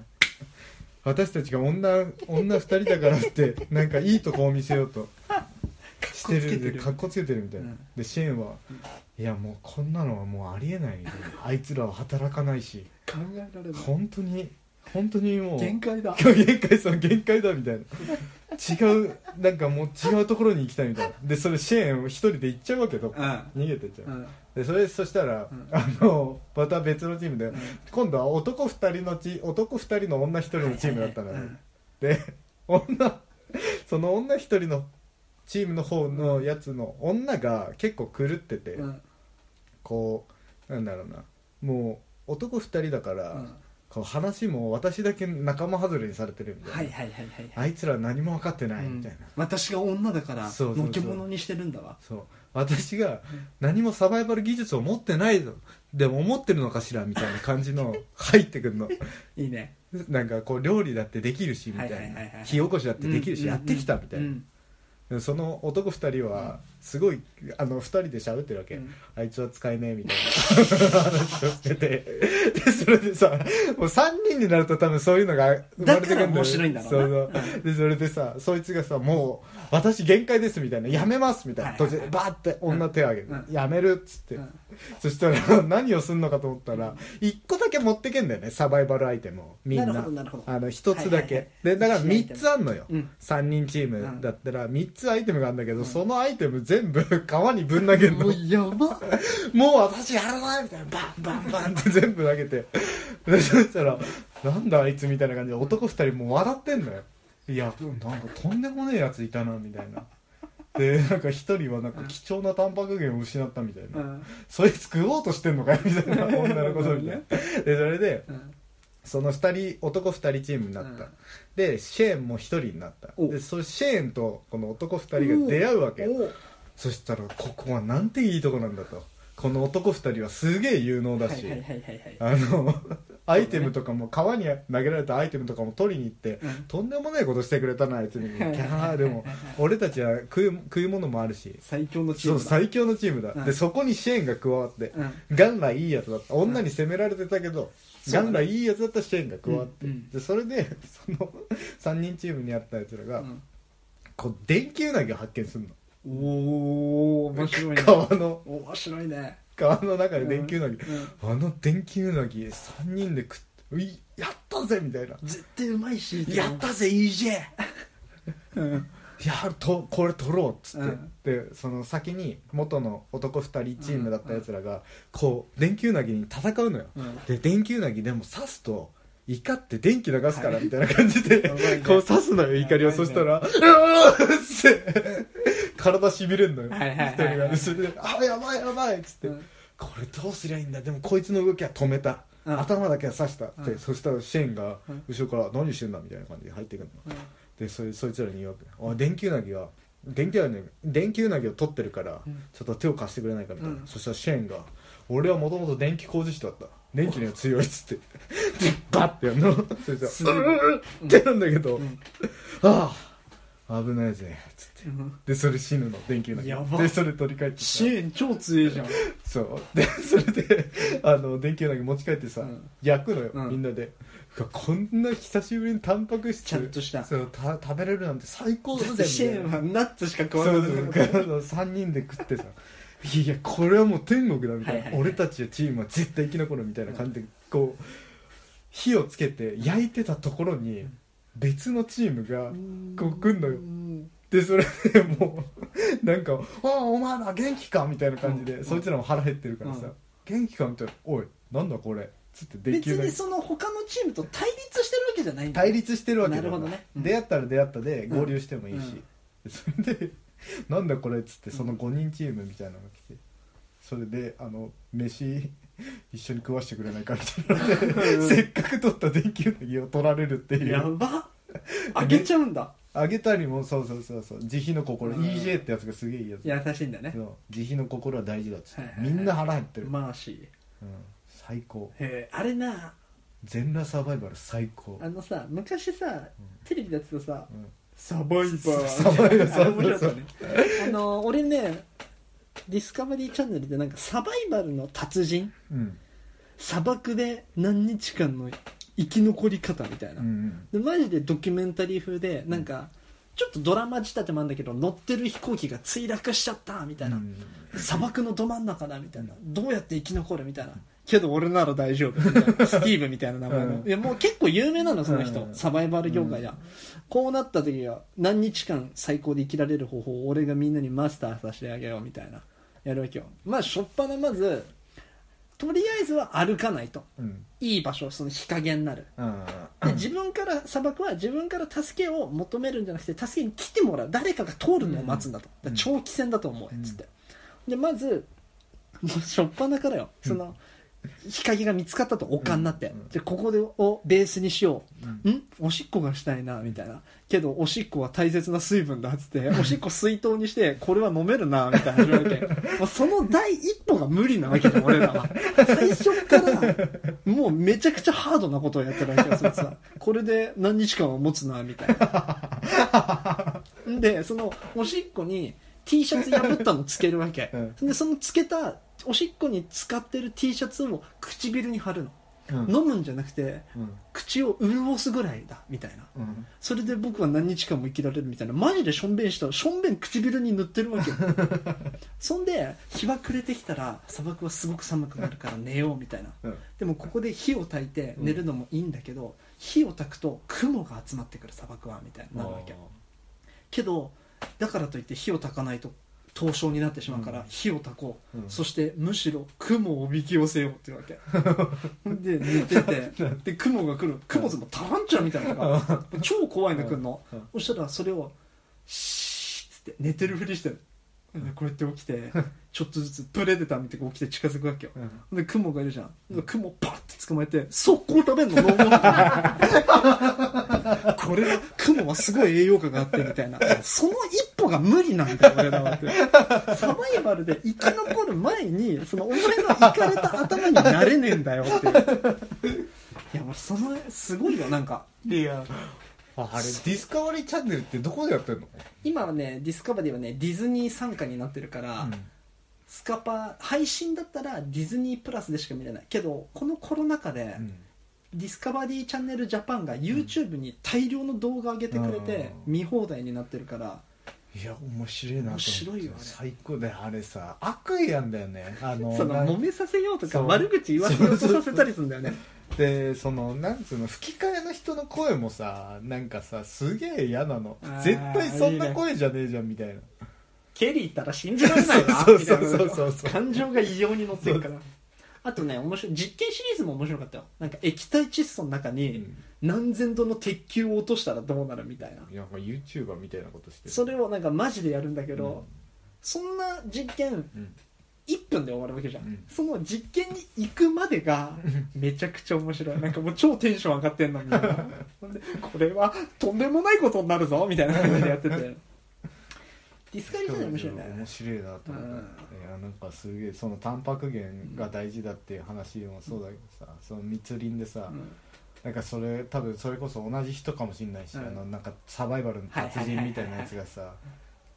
Speaker 2: 私たちが女女2人だからってなんかいいとこを見せようとしてるんでかっこつけてるみたいな、
Speaker 1: うん
Speaker 2: でシェーンは「いやもうこんなのはもうありえない」みたいなあいつらは働かないし
Speaker 1: ょ考えられない
Speaker 2: 本当に本当にもう
Speaker 1: 限界だ
Speaker 2: 今日限界さん限界だみたいな違うなんかもう違うところに行きたいみたいなでそれ支援を一人で行っちゃうわけどっか
Speaker 1: う
Speaker 2: 逃げてっちゃ
Speaker 1: んう
Speaker 2: うんでそれそしたら、
Speaker 1: うん
Speaker 2: あのまた別のチームで、
Speaker 1: ん
Speaker 2: 今度は男2人のち男2人の女1人のチームだったのよ、
Speaker 1: うん
Speaker 2: で女その女1人のチームの方のやつの女が結構狂ってて、
Speaker 1: うん
Speaker 2: こうなんだろうなもう男2人だから、
Speaker 1: うん
Speaker 2: こう話も私だけ仲間外れにされてるみたいな、
Speaker 1: はいはいはいはい
Speaker 2: あいつら何も分かってないみたいな、
Speaker 1: うん私が女だから
Speaker 2: そうそうそう
Speaker 1: のけ者にしてるんだわ
Speaker 2: そう私が何もサバイバル技術を持ってないぞでも思ってるのかしらみたいな感じの入ってくるの
Speaker 1: いいね
Speaker 2: なんかこう料理だってできるしみたいな、
Speaker 1: はいはいはいはい
Speaker 2: 火起こしだってできる
Speaker 1: う
Speaker 2: し、
Speaker 1: ん
Speaker 2: やってきたみたいな、
Speaker 1: うん
Speaker 2: でその男2人はすごい、あの2人で喋ってるわけ、
Speaker 1: うん
Speaker 2: あいつは使えねえみたいな 話をしててでそれでさもう3人になると多分そういうのが生まれて
Speaker 1: だか
Speaker 2: くるんだよ
Speaker 1: ら面白いんだろうな
Speaker 2: そうそうでそれでさそいつがさもう私限界ですみたいなやめますみたいな
Speaker 1: はい
Speaker 2: 途
Speaker 1: はいは
Speaker 2: 中
Speaker 1: い
Speaker 2: でバーって女手を挙げて、
Speaker 1: うん
Speaker 2: やめるっつって、
Speaker 1: うん
Speaker 2: そしたら何をすんのかと思ったら1個だけ持ってけんだよねサバイバルアイテムをみんな
Speaker 1: なるほどなるほど
Speaker 2: あの1つだけ、
Speaker 1: はい
Speaker 2: でだから
Speaker 1: 一アイテ
Speaker 2: 3
Speaker 1: ム
Speaker 2: つあんのよ、
Speaker 1: うん
Speaker 2: 3人チームだったら3つアイテムがあるんだけど、そのアイテム全部 川にぶん投げんの
Speaker 1: もうや ば
Speaker 2: もう私やらないみたいなバンバンバンって全部投げて でそしたら「なんだあいつ」みたいな感じで男2人もう笑ってんのよいやなんかとんでもねえやついたなみたいなでなんか1人はなんか貴重なタンパク源を失ったみたいな、
Speaker 1: うん
Speaker 2: そいつ食おうとしてんのかよみたいな女の子とみたいなでそれで
Speaker 1: うん
Speaker 2: その2人男2人チームになった、
Speaker 1: うん
Speaker 2: でシェーンも1人になった
Speaker 1: お
Speaker 2: でそシェーンとこの男2人が出会うわけよ
Speaker 1: おう
Speaker 2: そしたらここはなんていいとこなんだとこの男2人はすげえ有能だ
Speaker 1: はい
Speaker 2: し、
Speaker 1: はいはいはい
Speaker 2: あの アイテムとかも川に投げられたアイテムとかも取りに行って、
Speaker 1: うん
Speaker 2: とんでもないことしてくれたなあいつにキ
Speaker 1: はい
Speaker 2: ャーでも俺たちは食う食い物もあるし
Speaker 1: 最強のチー
Speaker 2: そう
Speaker 1: ムだ
Speaker 2: 最強のチームだ、
Speaker 1: うん
Speaker 2: でそこにシェーンが加わって、
Speaker 1: うん
Speaker 2: 元来いいやつだった女に責められてたけど、
Speaker 1: そうだね
Speaker 2: 元来いいやつだったシェーンが加わって、
Speaker 1: うんうん
Speaker 2: でそれで その3人チームにあったやつらが、
Speaker 1: うん
Speaker 2: こう電球投げを発見するの
Speaker 1: おお面白いね
Speaker 2: 川の
Speaker 1: 面白いね
Speaker 2: 川の中で電球投
Speaker 1: う
Speaker 2: げ、
Speaker 1: ん
Speaker 2: あの電球うなぎ3人で食ってうい「やったぜ!」みたいな
Speaker 1: 絶対うまいし
Speaker 2: 「やったぜ EJ! い
Speaker 1: うん
Speaker 2: やとこれ取ろう」っつ
Speaker 1: うん
Speaker 2: って、でその先に元の男2人チームだったやつらがこう電球うなぎに戦うのよ、
Speaker 1: うん
Speaker 2: で電球うなぎでも刺すと怒って電気流すからみたいな感じで、
Speaker 1: やばいね
Speaker 2: こう刺すのよ怒りを、
Speaker 1: やばいね
Speaker 2: そしたら「うわー っ!」って体しびれんのよ、
Speaker 1: はいはいはいはい
Speaker 2: 一人がそれで「あやばいやばい」っつって、
Speaker 1: うん
Speaker 2: これどうすりゃいいんだでもこいつの動きは止めた、
Speaker 1: うん
Speaker 2: 頭だけは刺した、
Speaker 1: うん
Speaker 2: でそしたらシェーンが
Speaker 1: うん
Speaker 2: 後ろから「何してんだ」みたいな感じで入ってくるの、でそそいつらに言うわけ「おい電球なぎは電球なぎ電球なぎを取ってるから、
Speaker 1: うん
Speaker 2: ちょっと手を貸してくれないか」みたいな、
Speaker 1: うん
Speaker 2: そしたらシェーンが「俺はもともと電気工事士だった電気には強い」っつってでバッてやるのそいつ
Speaker 1: すご
Speaker 2: ら
Speaker 1: い
Speaker 2: 「
Speaker 1: う
Speaker 2: るうるってなんだけど「
Speaker 1: うん
Speaker 2: ああ危ないぜ」っつっ
Speaker 1: う
Speaker 2: て
Speaker 1: ん
Speaker 2: でそれ死ぬの電球なぎ
Speaker 1: やば
Speaker 2: でそれ取り返ってさ
Speaker 1: 支援超強いじゃん
Speaker 2: そうでそれであの電球投げ持ち帰ってさ、
Speaker 1: うん
Speaker 2: 焼くのよ、
Speaker 1: うん
Speaker 2: みんなでうわこんな久しぶりにタンパク質
Speaker 1: ちゃんとした
Speaker 2: そうた食べれるなんて最高だ ぜ
Speaker 1: シェーンはナッツしか食
Speaker 2: そう
Speaker 1: わな
Speaker 2: そう
Speaker 1: い
Speaker 2: 3人で食ってさいやこれはもう天国だみたい
Speaker 1: は
Speaker 2: な、
Speaker 1: いはいはい
Speaker 2: 俺たちチームは絶対生き残るみたいな感じでこう火をつけて焼いてたところに別のチームがこう来んのよでそれでもう なんか「ああお前ら元気か」みたいな感じで、
Speaker 1: うん
Speaker 2: そいつらも腹減ってるからさ「
Speaker 1: うん
Speaker 2: 元気か」みたいな「おいなんだこれ」つってで
Speaker 1: 別
Speaker 2: きるだ
Speaker 1: に
Speaker 2: け
Speaker 1: その他のチームと対立してるわけじゃないんだ
Speaker 2: 対立してるわけだから
Speaker 1: なるほどねうん
Speaker 2: 出会ったら出会ったで合流してもいいし、 それで「なんだこれ」っつってその5人チームみたいなのが来てそれであの飯一緒に食わしてくれないかみたいなので せっかく取った電球の家を取られるっていう
Speaker 1: やばあげちゃうんだ
Speaker 2: あげたりもそうそうそうそう慈悲の心、
Speaker 1: うん
Speaker 2: EJ ってやつがすげえいいやつ
Speaker 1: 優しいんだね
Speaker 2: そう慈悲の心は大事だっつって、
Speaker 1: はいはいはい
Speaker 2: みんな腹減ってる、
Speaker 1: マーシー
Speaker 2: うん、最高
Speaker 1: へえあれな
Speaker 2: 全裸サバイバル最高
Speaker 1: あのさ昔さテレビだってさ
Speaker 2: うん
Speaker 1: サバイバー
Speaker 2: サバイバー
Speaker 1: あれ面白かったねあの俺ねディスカバリーチャンネルでなんかサバイバルの達人
Speaker 2: うん
Speaker 1: 砂漠で何日間の生き残り方みたいな、
Speaker 2: うんうん
Speaker 1: でマジでドキュメンタリー風でなんかちょっとドラマ仕立てもあるんだけど乗ってる飛行機が墜落しちゃったみたいな、
Speaker 2: うん
Speaker 1: 砂漠のど真ん中だみたいなどうやって生き残るみたいなけど俺なら大丈夫みたいなスティーブみたいな名前の、
Speaker 2: うん
Speaker 1: いやもう結構有名なのその人、
Speaker 2: うん
Speaker 1: サバイバル業界や、こうなった時は何日間最高で生きられる方法を俺がみんなにマスターさせてあげようみたいなやるわけよまあしょっぱなまずとりあえずは歩かないと
Speaker 2: うん
Speaker 1: いい場所その日陰になる
Speaker 2: あ
Speaker 1: で自分から砂漠は自分から助けを求めるんじゃなくて助けに来てもらう誰かが通るのを待つんだと、
Speaker 2: う
Speaker 1: だ
Speaker 2: ん
Speaker 1: から長期戦だと思うよ
Speaker 2: うん
Speaker 1: つって、でまず もう初っ端からよその、日陰が見つかったと丘になって、
Speaker 2: うんうん
Speaker 1: でここでをベースにしよ
Speaker 2: ーうん
Speaker 1: う、ん、おしっこがしたいなみたいなけどおしっこは大切な水分だっつ っておしっこ水筒にしてこれは飲めるなみたいな言われてもうその第一歩が無理なわけで俺らは最初っからもうめちゃくちゃハードなことをやってるわけよそいつはこれで何日間は持つなみたい なでそのおしっこに T シャツ破ったのつけるわけ、
Speaker 2: うん
Speaker 1: でそのつけたおしっこに使ってる T シャツを唇に貼るの
Speaker 2: うん
Speaker 1: 飲むんじゃなくて
Speaker 2: うん
Speaker 1: 口を潤すぐらいだみたいな
Speaker 2: うん
Speaker 1: それで僕は何日間も生きられるみたいなマジでしょんべんしたしょんべん唇に塗ってるわ けよそんで日は暮れてきたら砂漠はすごく寒くなるから寝ようみたいな
Speaker 2: うん
Speaker 1: でもここで火を焚いて寝るのもいいんだけど、火を焚くと雲が集まってくる砂漠はみたいになるわけけどだからといって火を焚かないと凍傷になってしまうから
Speaker 2: うん
Speaker 1: 火を焚こう、
Speaker 2: うん
Speaker 1: そしてむしろ雲をおびき寄せようっていうわ けで寝ててで雲が来る雲もタランチュラみたいなのが超怖いの来るの、
Speaker 2: うんうん
Speaker 1: そしたらそれをシーッつって寝てるふりしてるでこうやって起きてちょっとずつプレデター見てこう起きて近づくわけよ
Speaker 2: うん
Speaker 1: で雲がいるじゃんで雲パッて捕まえて速攻食べんのノーモー ドこれは雲はすごい栄養価があってみたいなその一歩が無理なんだよ俺らはってサバイバルで生き残る前にそのお前の行かれた頭になれねえんだよっていういやもうそのすごいよなんか
Speaker 2: いやああれディスカバリーチャンネルってどこでやってんの
Speaker 1: 今はねディスカバリーはねディズニー参加になってるから、スカパ配信だったらディズニープラスでしか見れないけどこのコロナ禍で、
Speaker 2: うん
Speaker 1: ディスカバリーチャンネルジャパンが YouTube に大量の動画上げてくれて
Speaker 2: うん
Speaker 1: 見放題になってるから
Speaker 2: いや面白いなと思って
Speaker 1: 面白いよあれ
Speaker 2: 最高だよあれさ悪意あんだよねあの
Speaker 1: その
Speaker 2: なん
Speaker 1: 揉めさせようとか
Speaker 2: そう
Speaker 1: 悪口言わせようとさせたりするんだよね
Speaker 2: でそのなんつうの吹き替えの人の声もさなんかさすげえ嫌なの
Speaker 1: あー
Speaker 2: 絶対そんな声じゃねえじゃんみたいな
Speaker 1: ケリーったら信じられないな
Speaker 2: そう
Speaker 1: みた
Speaker 2: そ
Speaker 1: いう
Speaker 2: そうそうそう
Speaker 1: な感情が異様に乗ってるからあとね面白い実験シリーズも面白かったよなんか液体窒素の中に何千度の鉄球を落としたらどうなるみたいな
Speaker 2: なんか YouTuber みたいなことしてる
Speaker 1: それをなんかマジでやるんだけど、
Speaker 2: うん
Speaker 1: そんな実験
Speaker 2: うん
Speaker 1: 1分で終わるわけじゃん、
Speaker 2: うん
Speaker 1: その実験に行くまでがめちゃくちゃ面白いなんかもう超テンション上がってんのに ほんでこれはとんでもないことになるぞみたいな感じでやっててディスカリーじゃ面白いね
Speaker 2: 面白いなと思った、
Speaker 1: う
Speaker 2: いやなんかすげえそのタンパク源が大事だっていう話もそうだけどさ、その密林でさ、
Speaker 1: うん
Speaker 2: なんかそれ多分それこそ同じ人かもしれないし、
Speaker 1: うん
Speaker 2: あのなんかサバイバルの達人みたいなやつがさ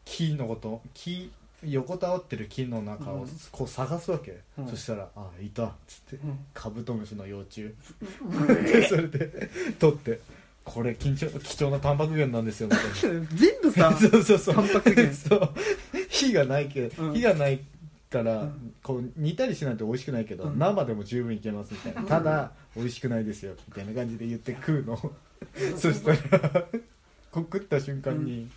Speaker 2: 木のこと木横たわってる木の中
Speaker 1: う
Speaker 2: を
Speaker 1: ん
Speaker 2: こう探すわけ、
Speaker 1: うん
Speaker 2: そしたら「あいた」っつって、
Speaker 1: うん
Speaker 2: カブトムシの幼虫でそれで取って「これ緊張貴重なタンパク源なんですよ」みたいな。
Speaker 1: 全部さ
Speaker 2: そうそうそう
Speaker 1: タンパク 源
Speaker 2: そう火がないけど、
Speaker 1: うん
Speaker 2: 火がないから、
Speaker 1: うん
Speaker 2: こう煮たりしないと美味しくないけど、
Speaker 1: うん
Speaker 2: 生でも十分いけますみたいな、ただ美味しくないですよみたいな感じで言って食うの そしたらこう食った瞬間に、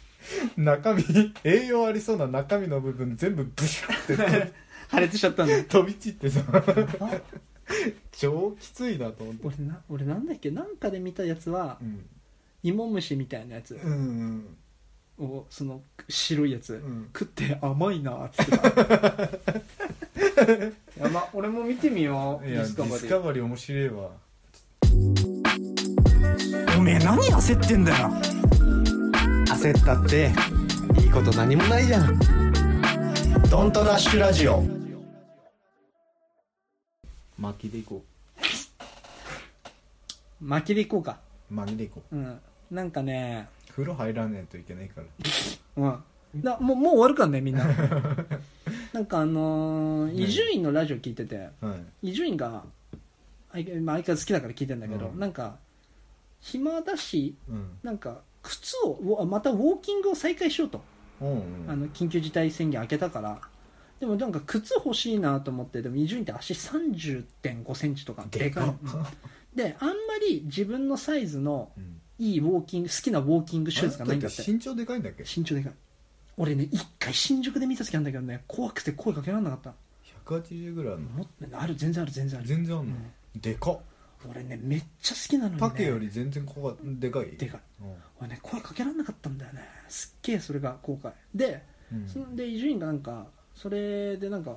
Speaker 2: 中身栄養ありそうな中身の部分全部ブシュって
Speaker 1: 破裂しちゃったんだ
Speaker 2: 飛び散ってさ超きついなと思って
Speaker 1: 俺な俺なんだっけなんかで見たやつは
Speaker 2: うん
Speaker 1: 芋虫みたいなやつ
Speaker 2: うん
Speaker 1: をその白いやつ、
Speaker 2: うん
Speaker 1: 食って甘いなっつ ってたやば俺も見てみよう
Speaker 2: い
Speaker 1: デ
Speaker 2: や
Speaker 1: ィ
Speaker 2: デ
Speaker 1: スカバ
Speaker 2: ィ
Speaker 1: リ
Speaker 2: ス
Speaker 1: ー
Speaker 2: カバリー面白いわ
Speaker 3: おめえ何焦ってんだよ焦ったっていいこと何もないじゃんドントラッシュラジオ
Speaker 2: 巻きでいこ
Speaker 1: 巻きでいこうか
Speaker 2: う巻きでいこう
Speaker 1: うんなんかね
Speaker 2: 風呂入らねえといけないから
Speaker 1: うんだもうもう終わるからねみんな なんかあのー伊集院のラジオ聞いてて
Speaker 2: はい、
Speaker 1: 伊集院が相変まあ相変わらず好きだから聞いてんだけど、
Speaker 2: うん
Speaker 1: なんか暇だし
Speaker 2: うん、
Speaker 1: なんか靴をうわまたウォーキングを再開しようと
Speaker 2: うんうん
Speaker 1: あの緊急事態宣言明けたからでもなんか靴欲しいなと思ってでも伊集院って足3 0 5センチとかでかいうんであんまり自分のサイズの
Speaker 2: うん
Speaker 1: いいウォーキング好きなウォーキングシューズがないんだって
Speaker 2: あなた身長でかいんだっけ
Speaker 1: 身長でかい俺ね一回新宿で見た時あるんだけどね怖くて声かけられなかった
Speaker 2: 180ぐらいあるの
Speaker 1: もっとある全然ある全然ある
Speaker 2: 全然あんの、でかっ
Speaker 1: 俺ねめっちゃ好きなのに、ね、
Speaker 2: 竹より全然ここがでかい
Speaker 1: でかい
Speaker 2: うん
Speaker 1: 俺ね声かけられなかったんだよねすっげえそれが後悔で
Speaker 2: うん
Speaker 1: そんで伊集院がなんかそれでなんか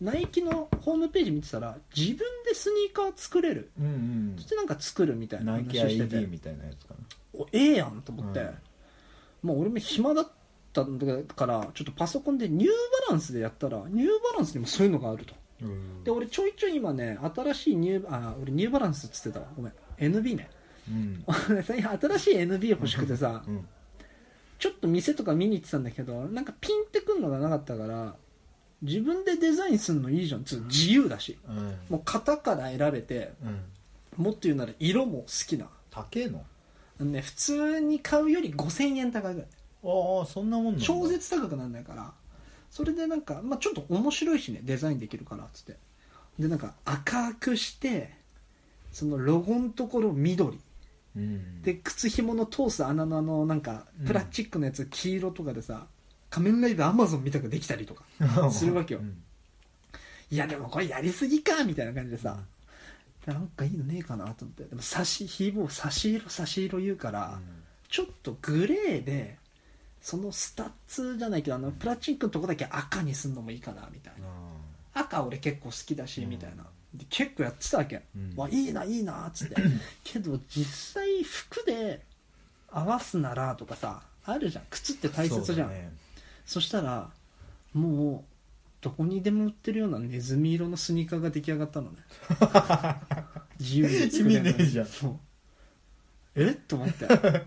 Speaker 1: ナイキのホームページ見てたら自分でスニーカー作れる
Speaker 2: うんうん
Speaker 1: そしてなんか作るみたいな
Speaker 2: ナイ
Speaker 1: 話
Speaker 2: キ
Speaker 1: をしてて
Speaker 2: ID みたいなやつかな
Speaker 1: おええやんと思って、
Speaker 2: うん
Speaker 1: もう俺も暇だったんだからちょっとパソコンでニューバランスでやったらニューバランスにもそういうのがあると
Speaker 2: うん
Speaker 1: で俺ちょいちょい今ね新しいニューあ俺ニューバランスっつってたわごめん NB ね
Speaker 2: うん
Speaker 1: 俺最近新しい NB 欲しくてさ
Speaker 2: うん
Speaker 1: ちょっと店とか見に行ってたんだけどなんかピンってくんのがなかったから自分でデザインするのいいじゃんつう自由だし
Speaker 2: うん
Speaker 1: もう型から選べて
Speaker 2: うん
Speaker 1: もっと言うなら色も好きな
Speaker 2: 高えの
Speaker 1: あのね普通に買うより5000円高いぐらい
Speaker 2: ああそんなもんなんだ
Speaker 1: 超絶高くなんないからそれでなんか、まあ、ちょっと面白いしねデザインできるからっつってでなんか赤くしてそのロゴのところ緑
Speaker 2: うん
Speaker 1: で靴紐の通す穴のあのなんかプラスチックのやつ黄色とかでさ仮面ライダーアマゾンみたくできたりとかするわけよ
Speaker 2: うん
Speaker 1: いやでもこれやりすぎかみたいな感じでさなんかいいのねえかなと思ってでも差しひーぼー差し色差し色言うから、ちょっとグレーでそのスタッツじゃないけどあのプラスチックのとこだけ赤にすんのもいいかなみたいな赤俺結構好きだしみたいなで結構やってたわけ、
Speaker 2: うん
Speaker 1: わいいないいなっつって けど実際服で合わすならとかさあるじゃん靴って大切じゃんそ,、したらもうどこにでも売ってるようなネズミ色のスニーカーが出来上がった のね自由に作れるのに
Speaker 2: 意味ねえじゃん
Speaker 1: そうえっと思って あれ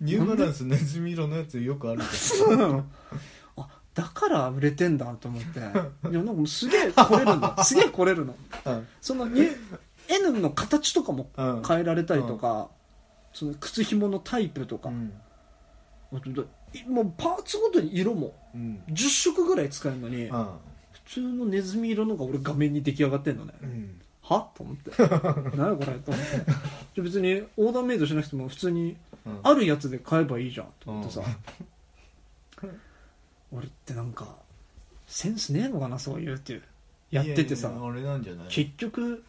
Speaker 2: ニューバランスネズミ色のやつよくあるじ
Speaker 1: そうなの あだから売れてんだと思っていやなんかもうすげえ来れる のすげえ来れるの
Speaker 2: ゃんうん
Speaker 1: そのニュ N の形とかも変えられたりとか、その靴紐のタイプとか、あとだいもうパーツごとに色も
Speaker 2: うん
Speaker 1: 10色ぐらい使えるのに、
Speaker 2: あ
Speaker 1: 普通のネズミ色のが俺画面に出来上がってんのね、
Speaker 2: うん
Speaker 1: はと思って何これと思ってで別にオーダーメイドしなくても普通に
Speaker 2: うん
Speaker 1: あるやつで買えばいいじゃんと思ってさ、 俺ってなんかセンスねえのかなそういうっていうやっててさ
Speaker 2: いやいやあれなんじゃない
Speaker 1: 結局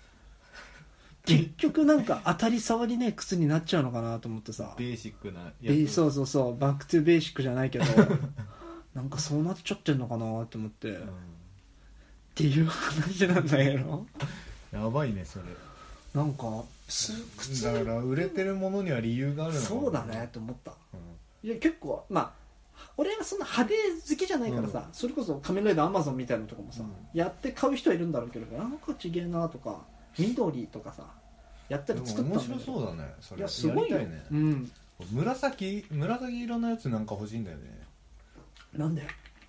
Speaker 1: 結局なんか当たり障りねえ靴になっちゃうのかなと思ってさ
Speaker 2: ベーシックなや
Speaker 1: ベーそううそうそうバックトゥベーシックじゃないけ どなんかそうなっちゃってんのかなと思って、っ
Speaker 2: ん
Speaker 1: ていう話なんだけど
Speaker 2: やばいねそれ
Speaker 1: なんかす靴
Speaker 2: だから売れてるものには理由があるのかな
Speaker 1: そうだねと思った
Speaker 2: うん
Speaker 1: いや結構まあ俺はそんな派手好きじゃないからさ、それこそ仮面ライダーアマゾンみたいなのとかもさ、
Speaker 2: うん
Speaker 1: やって買う人はいるんだろうけどなんかちげえなとか緑とかさやった
Speaker 2: で
Speaker 1: り
Speaker 2: も
Speaker 1: 作ったん
Speaker 2: 面
Speaker 1: だけど
Speaker 2: 白そうだねそれ
Speaker 1: いやすごいよ、
Speaker 2: やりたいね
Speaker 1: うん
Speaker 2: 紫紫色のやつなんか欲しいんだよね
Speaker 1: なんで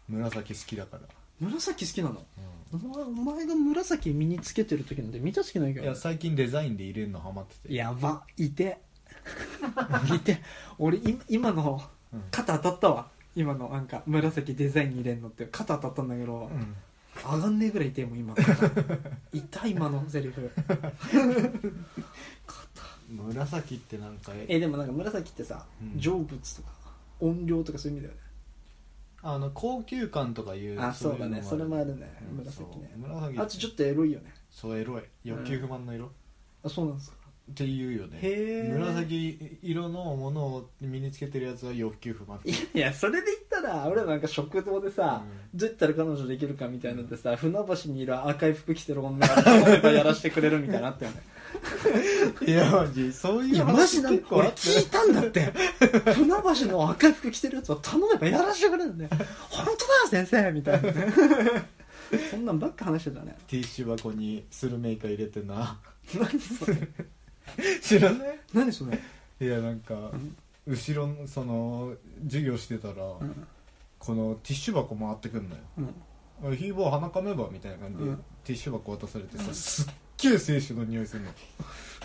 Speaker 2: 紫好きだから、
Speaker 1: 紫好きなのお前お前が紫身につけてる時なんて見た好きないけ
Speaker 2: いや
Speaker 1: ど
Speaker 2: 最近デザインで入れるのハマってて
Speaker 1: やばいて いて俺今今の
Speaker 2: うん
Speaker 1: 肩当たったわ今のなんか紫デザインに入れんのって肩当たったんだけど、
Speaker 2: うん
Speaker 1: 上がんねえぐらい痛いもん 今痛い今のセリ フ
Speaker 2: 紫ってなんか
Speaker 1: えでもなんか紫ってさ、
Speaker 2: うん
Speaker 1: 成仏とか音量とかそういう意味だよね
Speaker 2: あの高級感とかいう
Speaker 1: あそうだねそれもあ
Speaker 2: る
Speaker 1: るね
Speaker 2: うん
Speaker 1: 紫ね
Speaker 2: そう紫
Speaker 1: あとちょっとエロいよね
Speaker 2: そうエロい欲求不満の色、っ
Speaker 1: あそうなんですか
Speaker 2: ていうよね
Speaker 1: へー
Speaker 2: 紫色のものを身につけてるやつは欲求不満
Speaker 1: いやそれで言ったら俺らなんか食堂でさ、
Speaker 2: う
Speaker 1: どうやったら彼女できるかみたいなのってさ、船橋にいる赤い服着てる女がどうやったらやらせてくれるみたいなのあったよね
Speaker 2: いやマジそうい
Speaker 1: いうやマジなん
Speaker 2: 結
Speaker 1: か
Speaker 2: 構
Speaker 1: 俺
Speaker 2: あって
Speaker 1: 聞いたんだって船橋の赤い服着てるやつは頼めばやらせてくれるんだよ本当だよ先生みたいなねそんなんばっか話してたね
Speaker 2: ティッシュ箱にスルメイカ入れてな
Speaker 1: 何それ
Speaker 2: 知らない
Speaker 1: 何それ
Speaker 2: いやなんか後ろのその授業してたら、
Speaker 1: ん
Speaker 2: このティッシュ箱回ってくんのよ
Speaker 1: うん
Speaker 2: 「ひーぼー鼻かめば」みたいな感じで、
Speaker 1: うん
Speaker 2: ティッシュ箱渡されてさ、すっげえ精子の匂いするの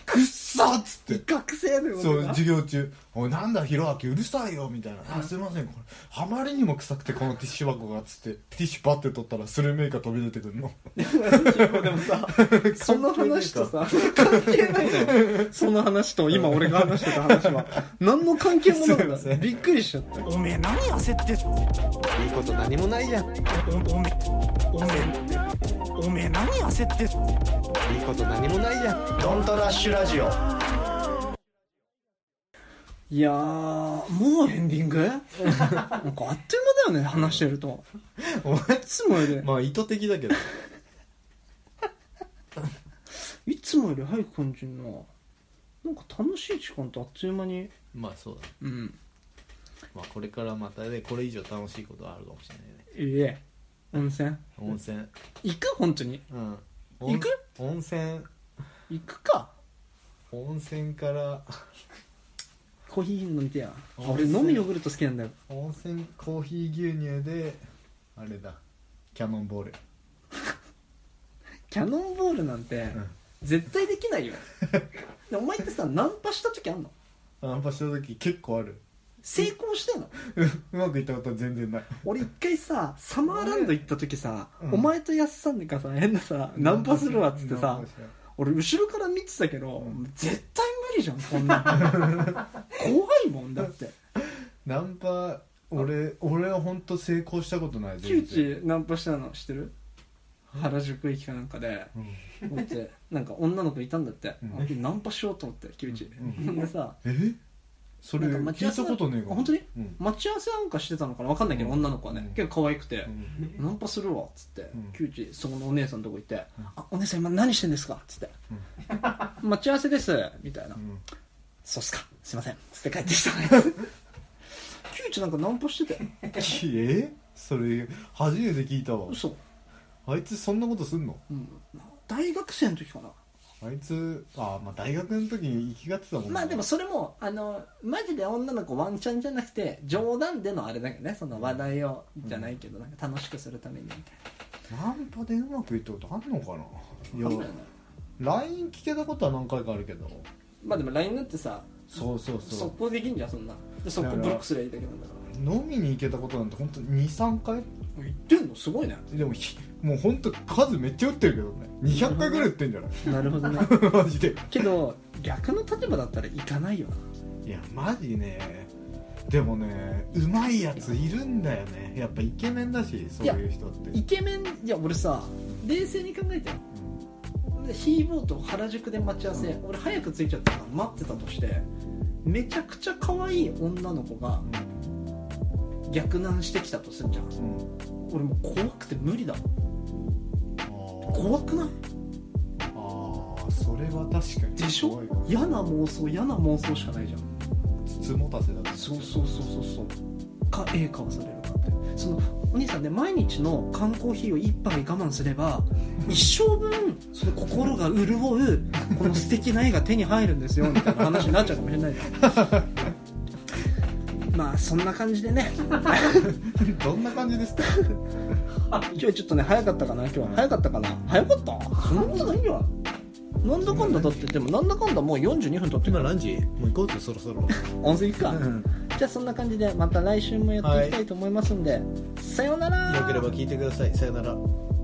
Speaker 2: くっそっつ
Speaker 1: 威
Speaker 2: って
Speaker 1: 嚇性のよ
Speaker 2: そう
Speaker 1: 俺が
Speaker 2: 授業中「おいなんだひろあきうるさいよ」みたいな「あすいませんこれあまりにも臭くてこのティッシュ箱が」っつってティッシュパッて取ったらスルメイカ飛び出てくるの
Speaker 1: でもさその話とさ関係ないのよその話と今俺が話してた話は何の関係もなかっ
Speaker 2: すいま
Speaker 1: た
Speaker 2: せん
Speaker 1: びっくりしちゃった
Speaker 3: おめえ何焦って
Speaker 6: いいこと何もないじゃんいい
Speaker 3: おめおめおめえ何焦って
Speaker 6: こと何もないじゃん
Speaker 5: ドントラッシュラジオ
Speaker 1: いやーもうエンディングなんかあっという間だよね話してると
Speaker 2: お前
Speaker 1: いつもより、
Speaker 2: まあ意図的だけど
Speaker 1: いつもより早く感じるななんか楽しい時間とあっという間に
Speaker 2: まあそうだね
Speaker 1: うん
Speaker 2: まあこれからまたねこれ以上楽しいことはあるかもしれないね
Speaker 1: いえ温泉
Speaker 2: 温泉
Speaker 1: 行く本当に
Speaker 2: うん
Speaker 1: 行く
Speaker 2: 温泉
Speaker 1: 行くか
Speaker 2: 温泉から
Speaker 1: コーヒー飲みてえやあ
Speaker 2: 温
Speaker 1: 俺
Speaker 2: 泉
Speaker 1: 飲むヨーグルト好きなんだよ
Speaker 2: 温泉コーヒー牛乳であれだキャノンボール
Speaker 1: キャノンボールなんて、
Speaker 2: ん
Speaker 1: 絶対できないよでお前って さナンパした時あんの
Speaker 2: ナンパした時結構ある
Speaker 1: 成功したの
Speaker 2: う うまくいったことは全然ない
Speaker 1: 俺一回さサマーランド行った時さ、
Speaker 2: うん
Speaker 1: お前とやっさんがさ変なさナンパするわっつってさ俺後ろから見てたけど、
Speaker 2: うん
Speaker 1: 絶対無理じゃんこんなん 怖いもんだって
Speaker 2: ナンパ俺俺は本当成功したことない
Speaker 1: キウチナンパしたの知ってる原宿駅かなんかで
Speaker 2: うん
Speaker 1: こうやってなんか女の子いたんだって、
Speaker 2: うん
Speaker 1: ナンパしようと思ってキウチ、
Speaker 2: うん
Speaker 1: ほんでさ
Speaker 2: えそれ
Speaker 1: なんか待ち合
Speaker 2: 聞
Speaker 1: わ
Speaker 2: い
Speaker 1: せ
Speaker 2: たことねえかも
Speaker 1: あ本当に
Speaker 2: うん
Speaker 1: 待ち合わせなんかしてたのかなわかんないけど、
Speaker 2: うん
Speaker 1: 女の子はね、
Speaker 2: うん
Speaker 1: 結構可愛くて
Speaker 2: う、ん
Speaker 1: ナンパするわっつって、
Speaker 2: ん
Speaker 1: キウチそこのお姉さんのとこ行って、
Speaker 2: うん
Speaker 1: あお姉さん今何してんですかっつって、待ち合わせですみたいな、
Speaker 2: うん
Speaker 1: そうっすかすいませんつって帰ってき たキウチなんかナンパしてて
Speaker 2: きえそれ初めて聞いたわ
Speaker 1: 嘘、
Speaker 2: あいつそんなことすんの
Speaker 1: うん、大学生の時かな
Speaker 2: あいつあまあ大学の時に行きがってたもんな
Speaker 1: まあでもそれもあのマジで女の子ワンチャンじゃなくて冗談でのあれだけどねその話題をじゃないけど、なんか楽しくするためにみたい
Speaker 2: ナンパでうまくいったことあんのかない
Speaker 1: な
Speaker 2: や
Speaker 1: わかんないよね
Speaker 2: LINE 聞けたことは何回かあるけど
Speaker 1: まあでも LINE だってさ
Speaker 2: そうそうそう
Speaker 1: 速攻できんじゃんそんなで速攻ブロックすりゃいいだけなんだか
Speaker 2: 飲みに行けたことなんて本当に23回
Speaker 1: ら言ってんのすごいね
Speaker 2: でもひもう本当数めっちゃ打ってるけどね200回ぐらい打ってんじゃない
Speaker 1: なるほどね
Speaker 2: マジで
Speaker 1: けど逆の立場だったら行かないよない
Speaker 2: やマジねでもねうまいやついるんだよねやっぱイケメンだしそういう人って
Speaker 1: イケメンいや俺さ冷静に考えてよでヒーボーと原宿で待ち合わせ、俺早く着いちゃったから待ってたとしてめちゃくちゃ可愛い女の子が逆難してきたとするじゃん
Speaker 2: うん、うん
Speaker 1: 俺もう怖くて無理だもん
Speaker 2: あ
Speaker 1: 怖くない
Speaker 2: ーあーそれは確かに
Speaker 1: でし
Speaker 2: 怖
Speaker 1: ょ
Speaker 2: いかも
Speaker 1: 嫌な妄想嫌な妄想しかないじゃん
Speaker 2: つつもたせだと
Speaker 1: そうそうそうそうそうかええ顔されるかってそのお兄さんね毎日の缶コーヒーを一杯我慢すれ ば一生分その心が潤うこの素敵な絵が手に入るんですよみたいな話になっちゃうかもしれないじゃ んまあそんな感じでね
Speaker 2: どんな感じですか
Speaker 1: 今日ちょっとね早かったかな今日は早かったかな早かったそんなことないよなんだかんだだってでもなんだかんだもう42分経ってるから
Speaker 6: ンジもう行こうぜそろそ ろ
Speaker 1: 温泉行くか、
Speaker 2: ん
Speaker 1: じゃあそんな感じでまた来週もやっていきたいと思いますんで、さようなら
Speaker 6: 聞いてくださいさよなら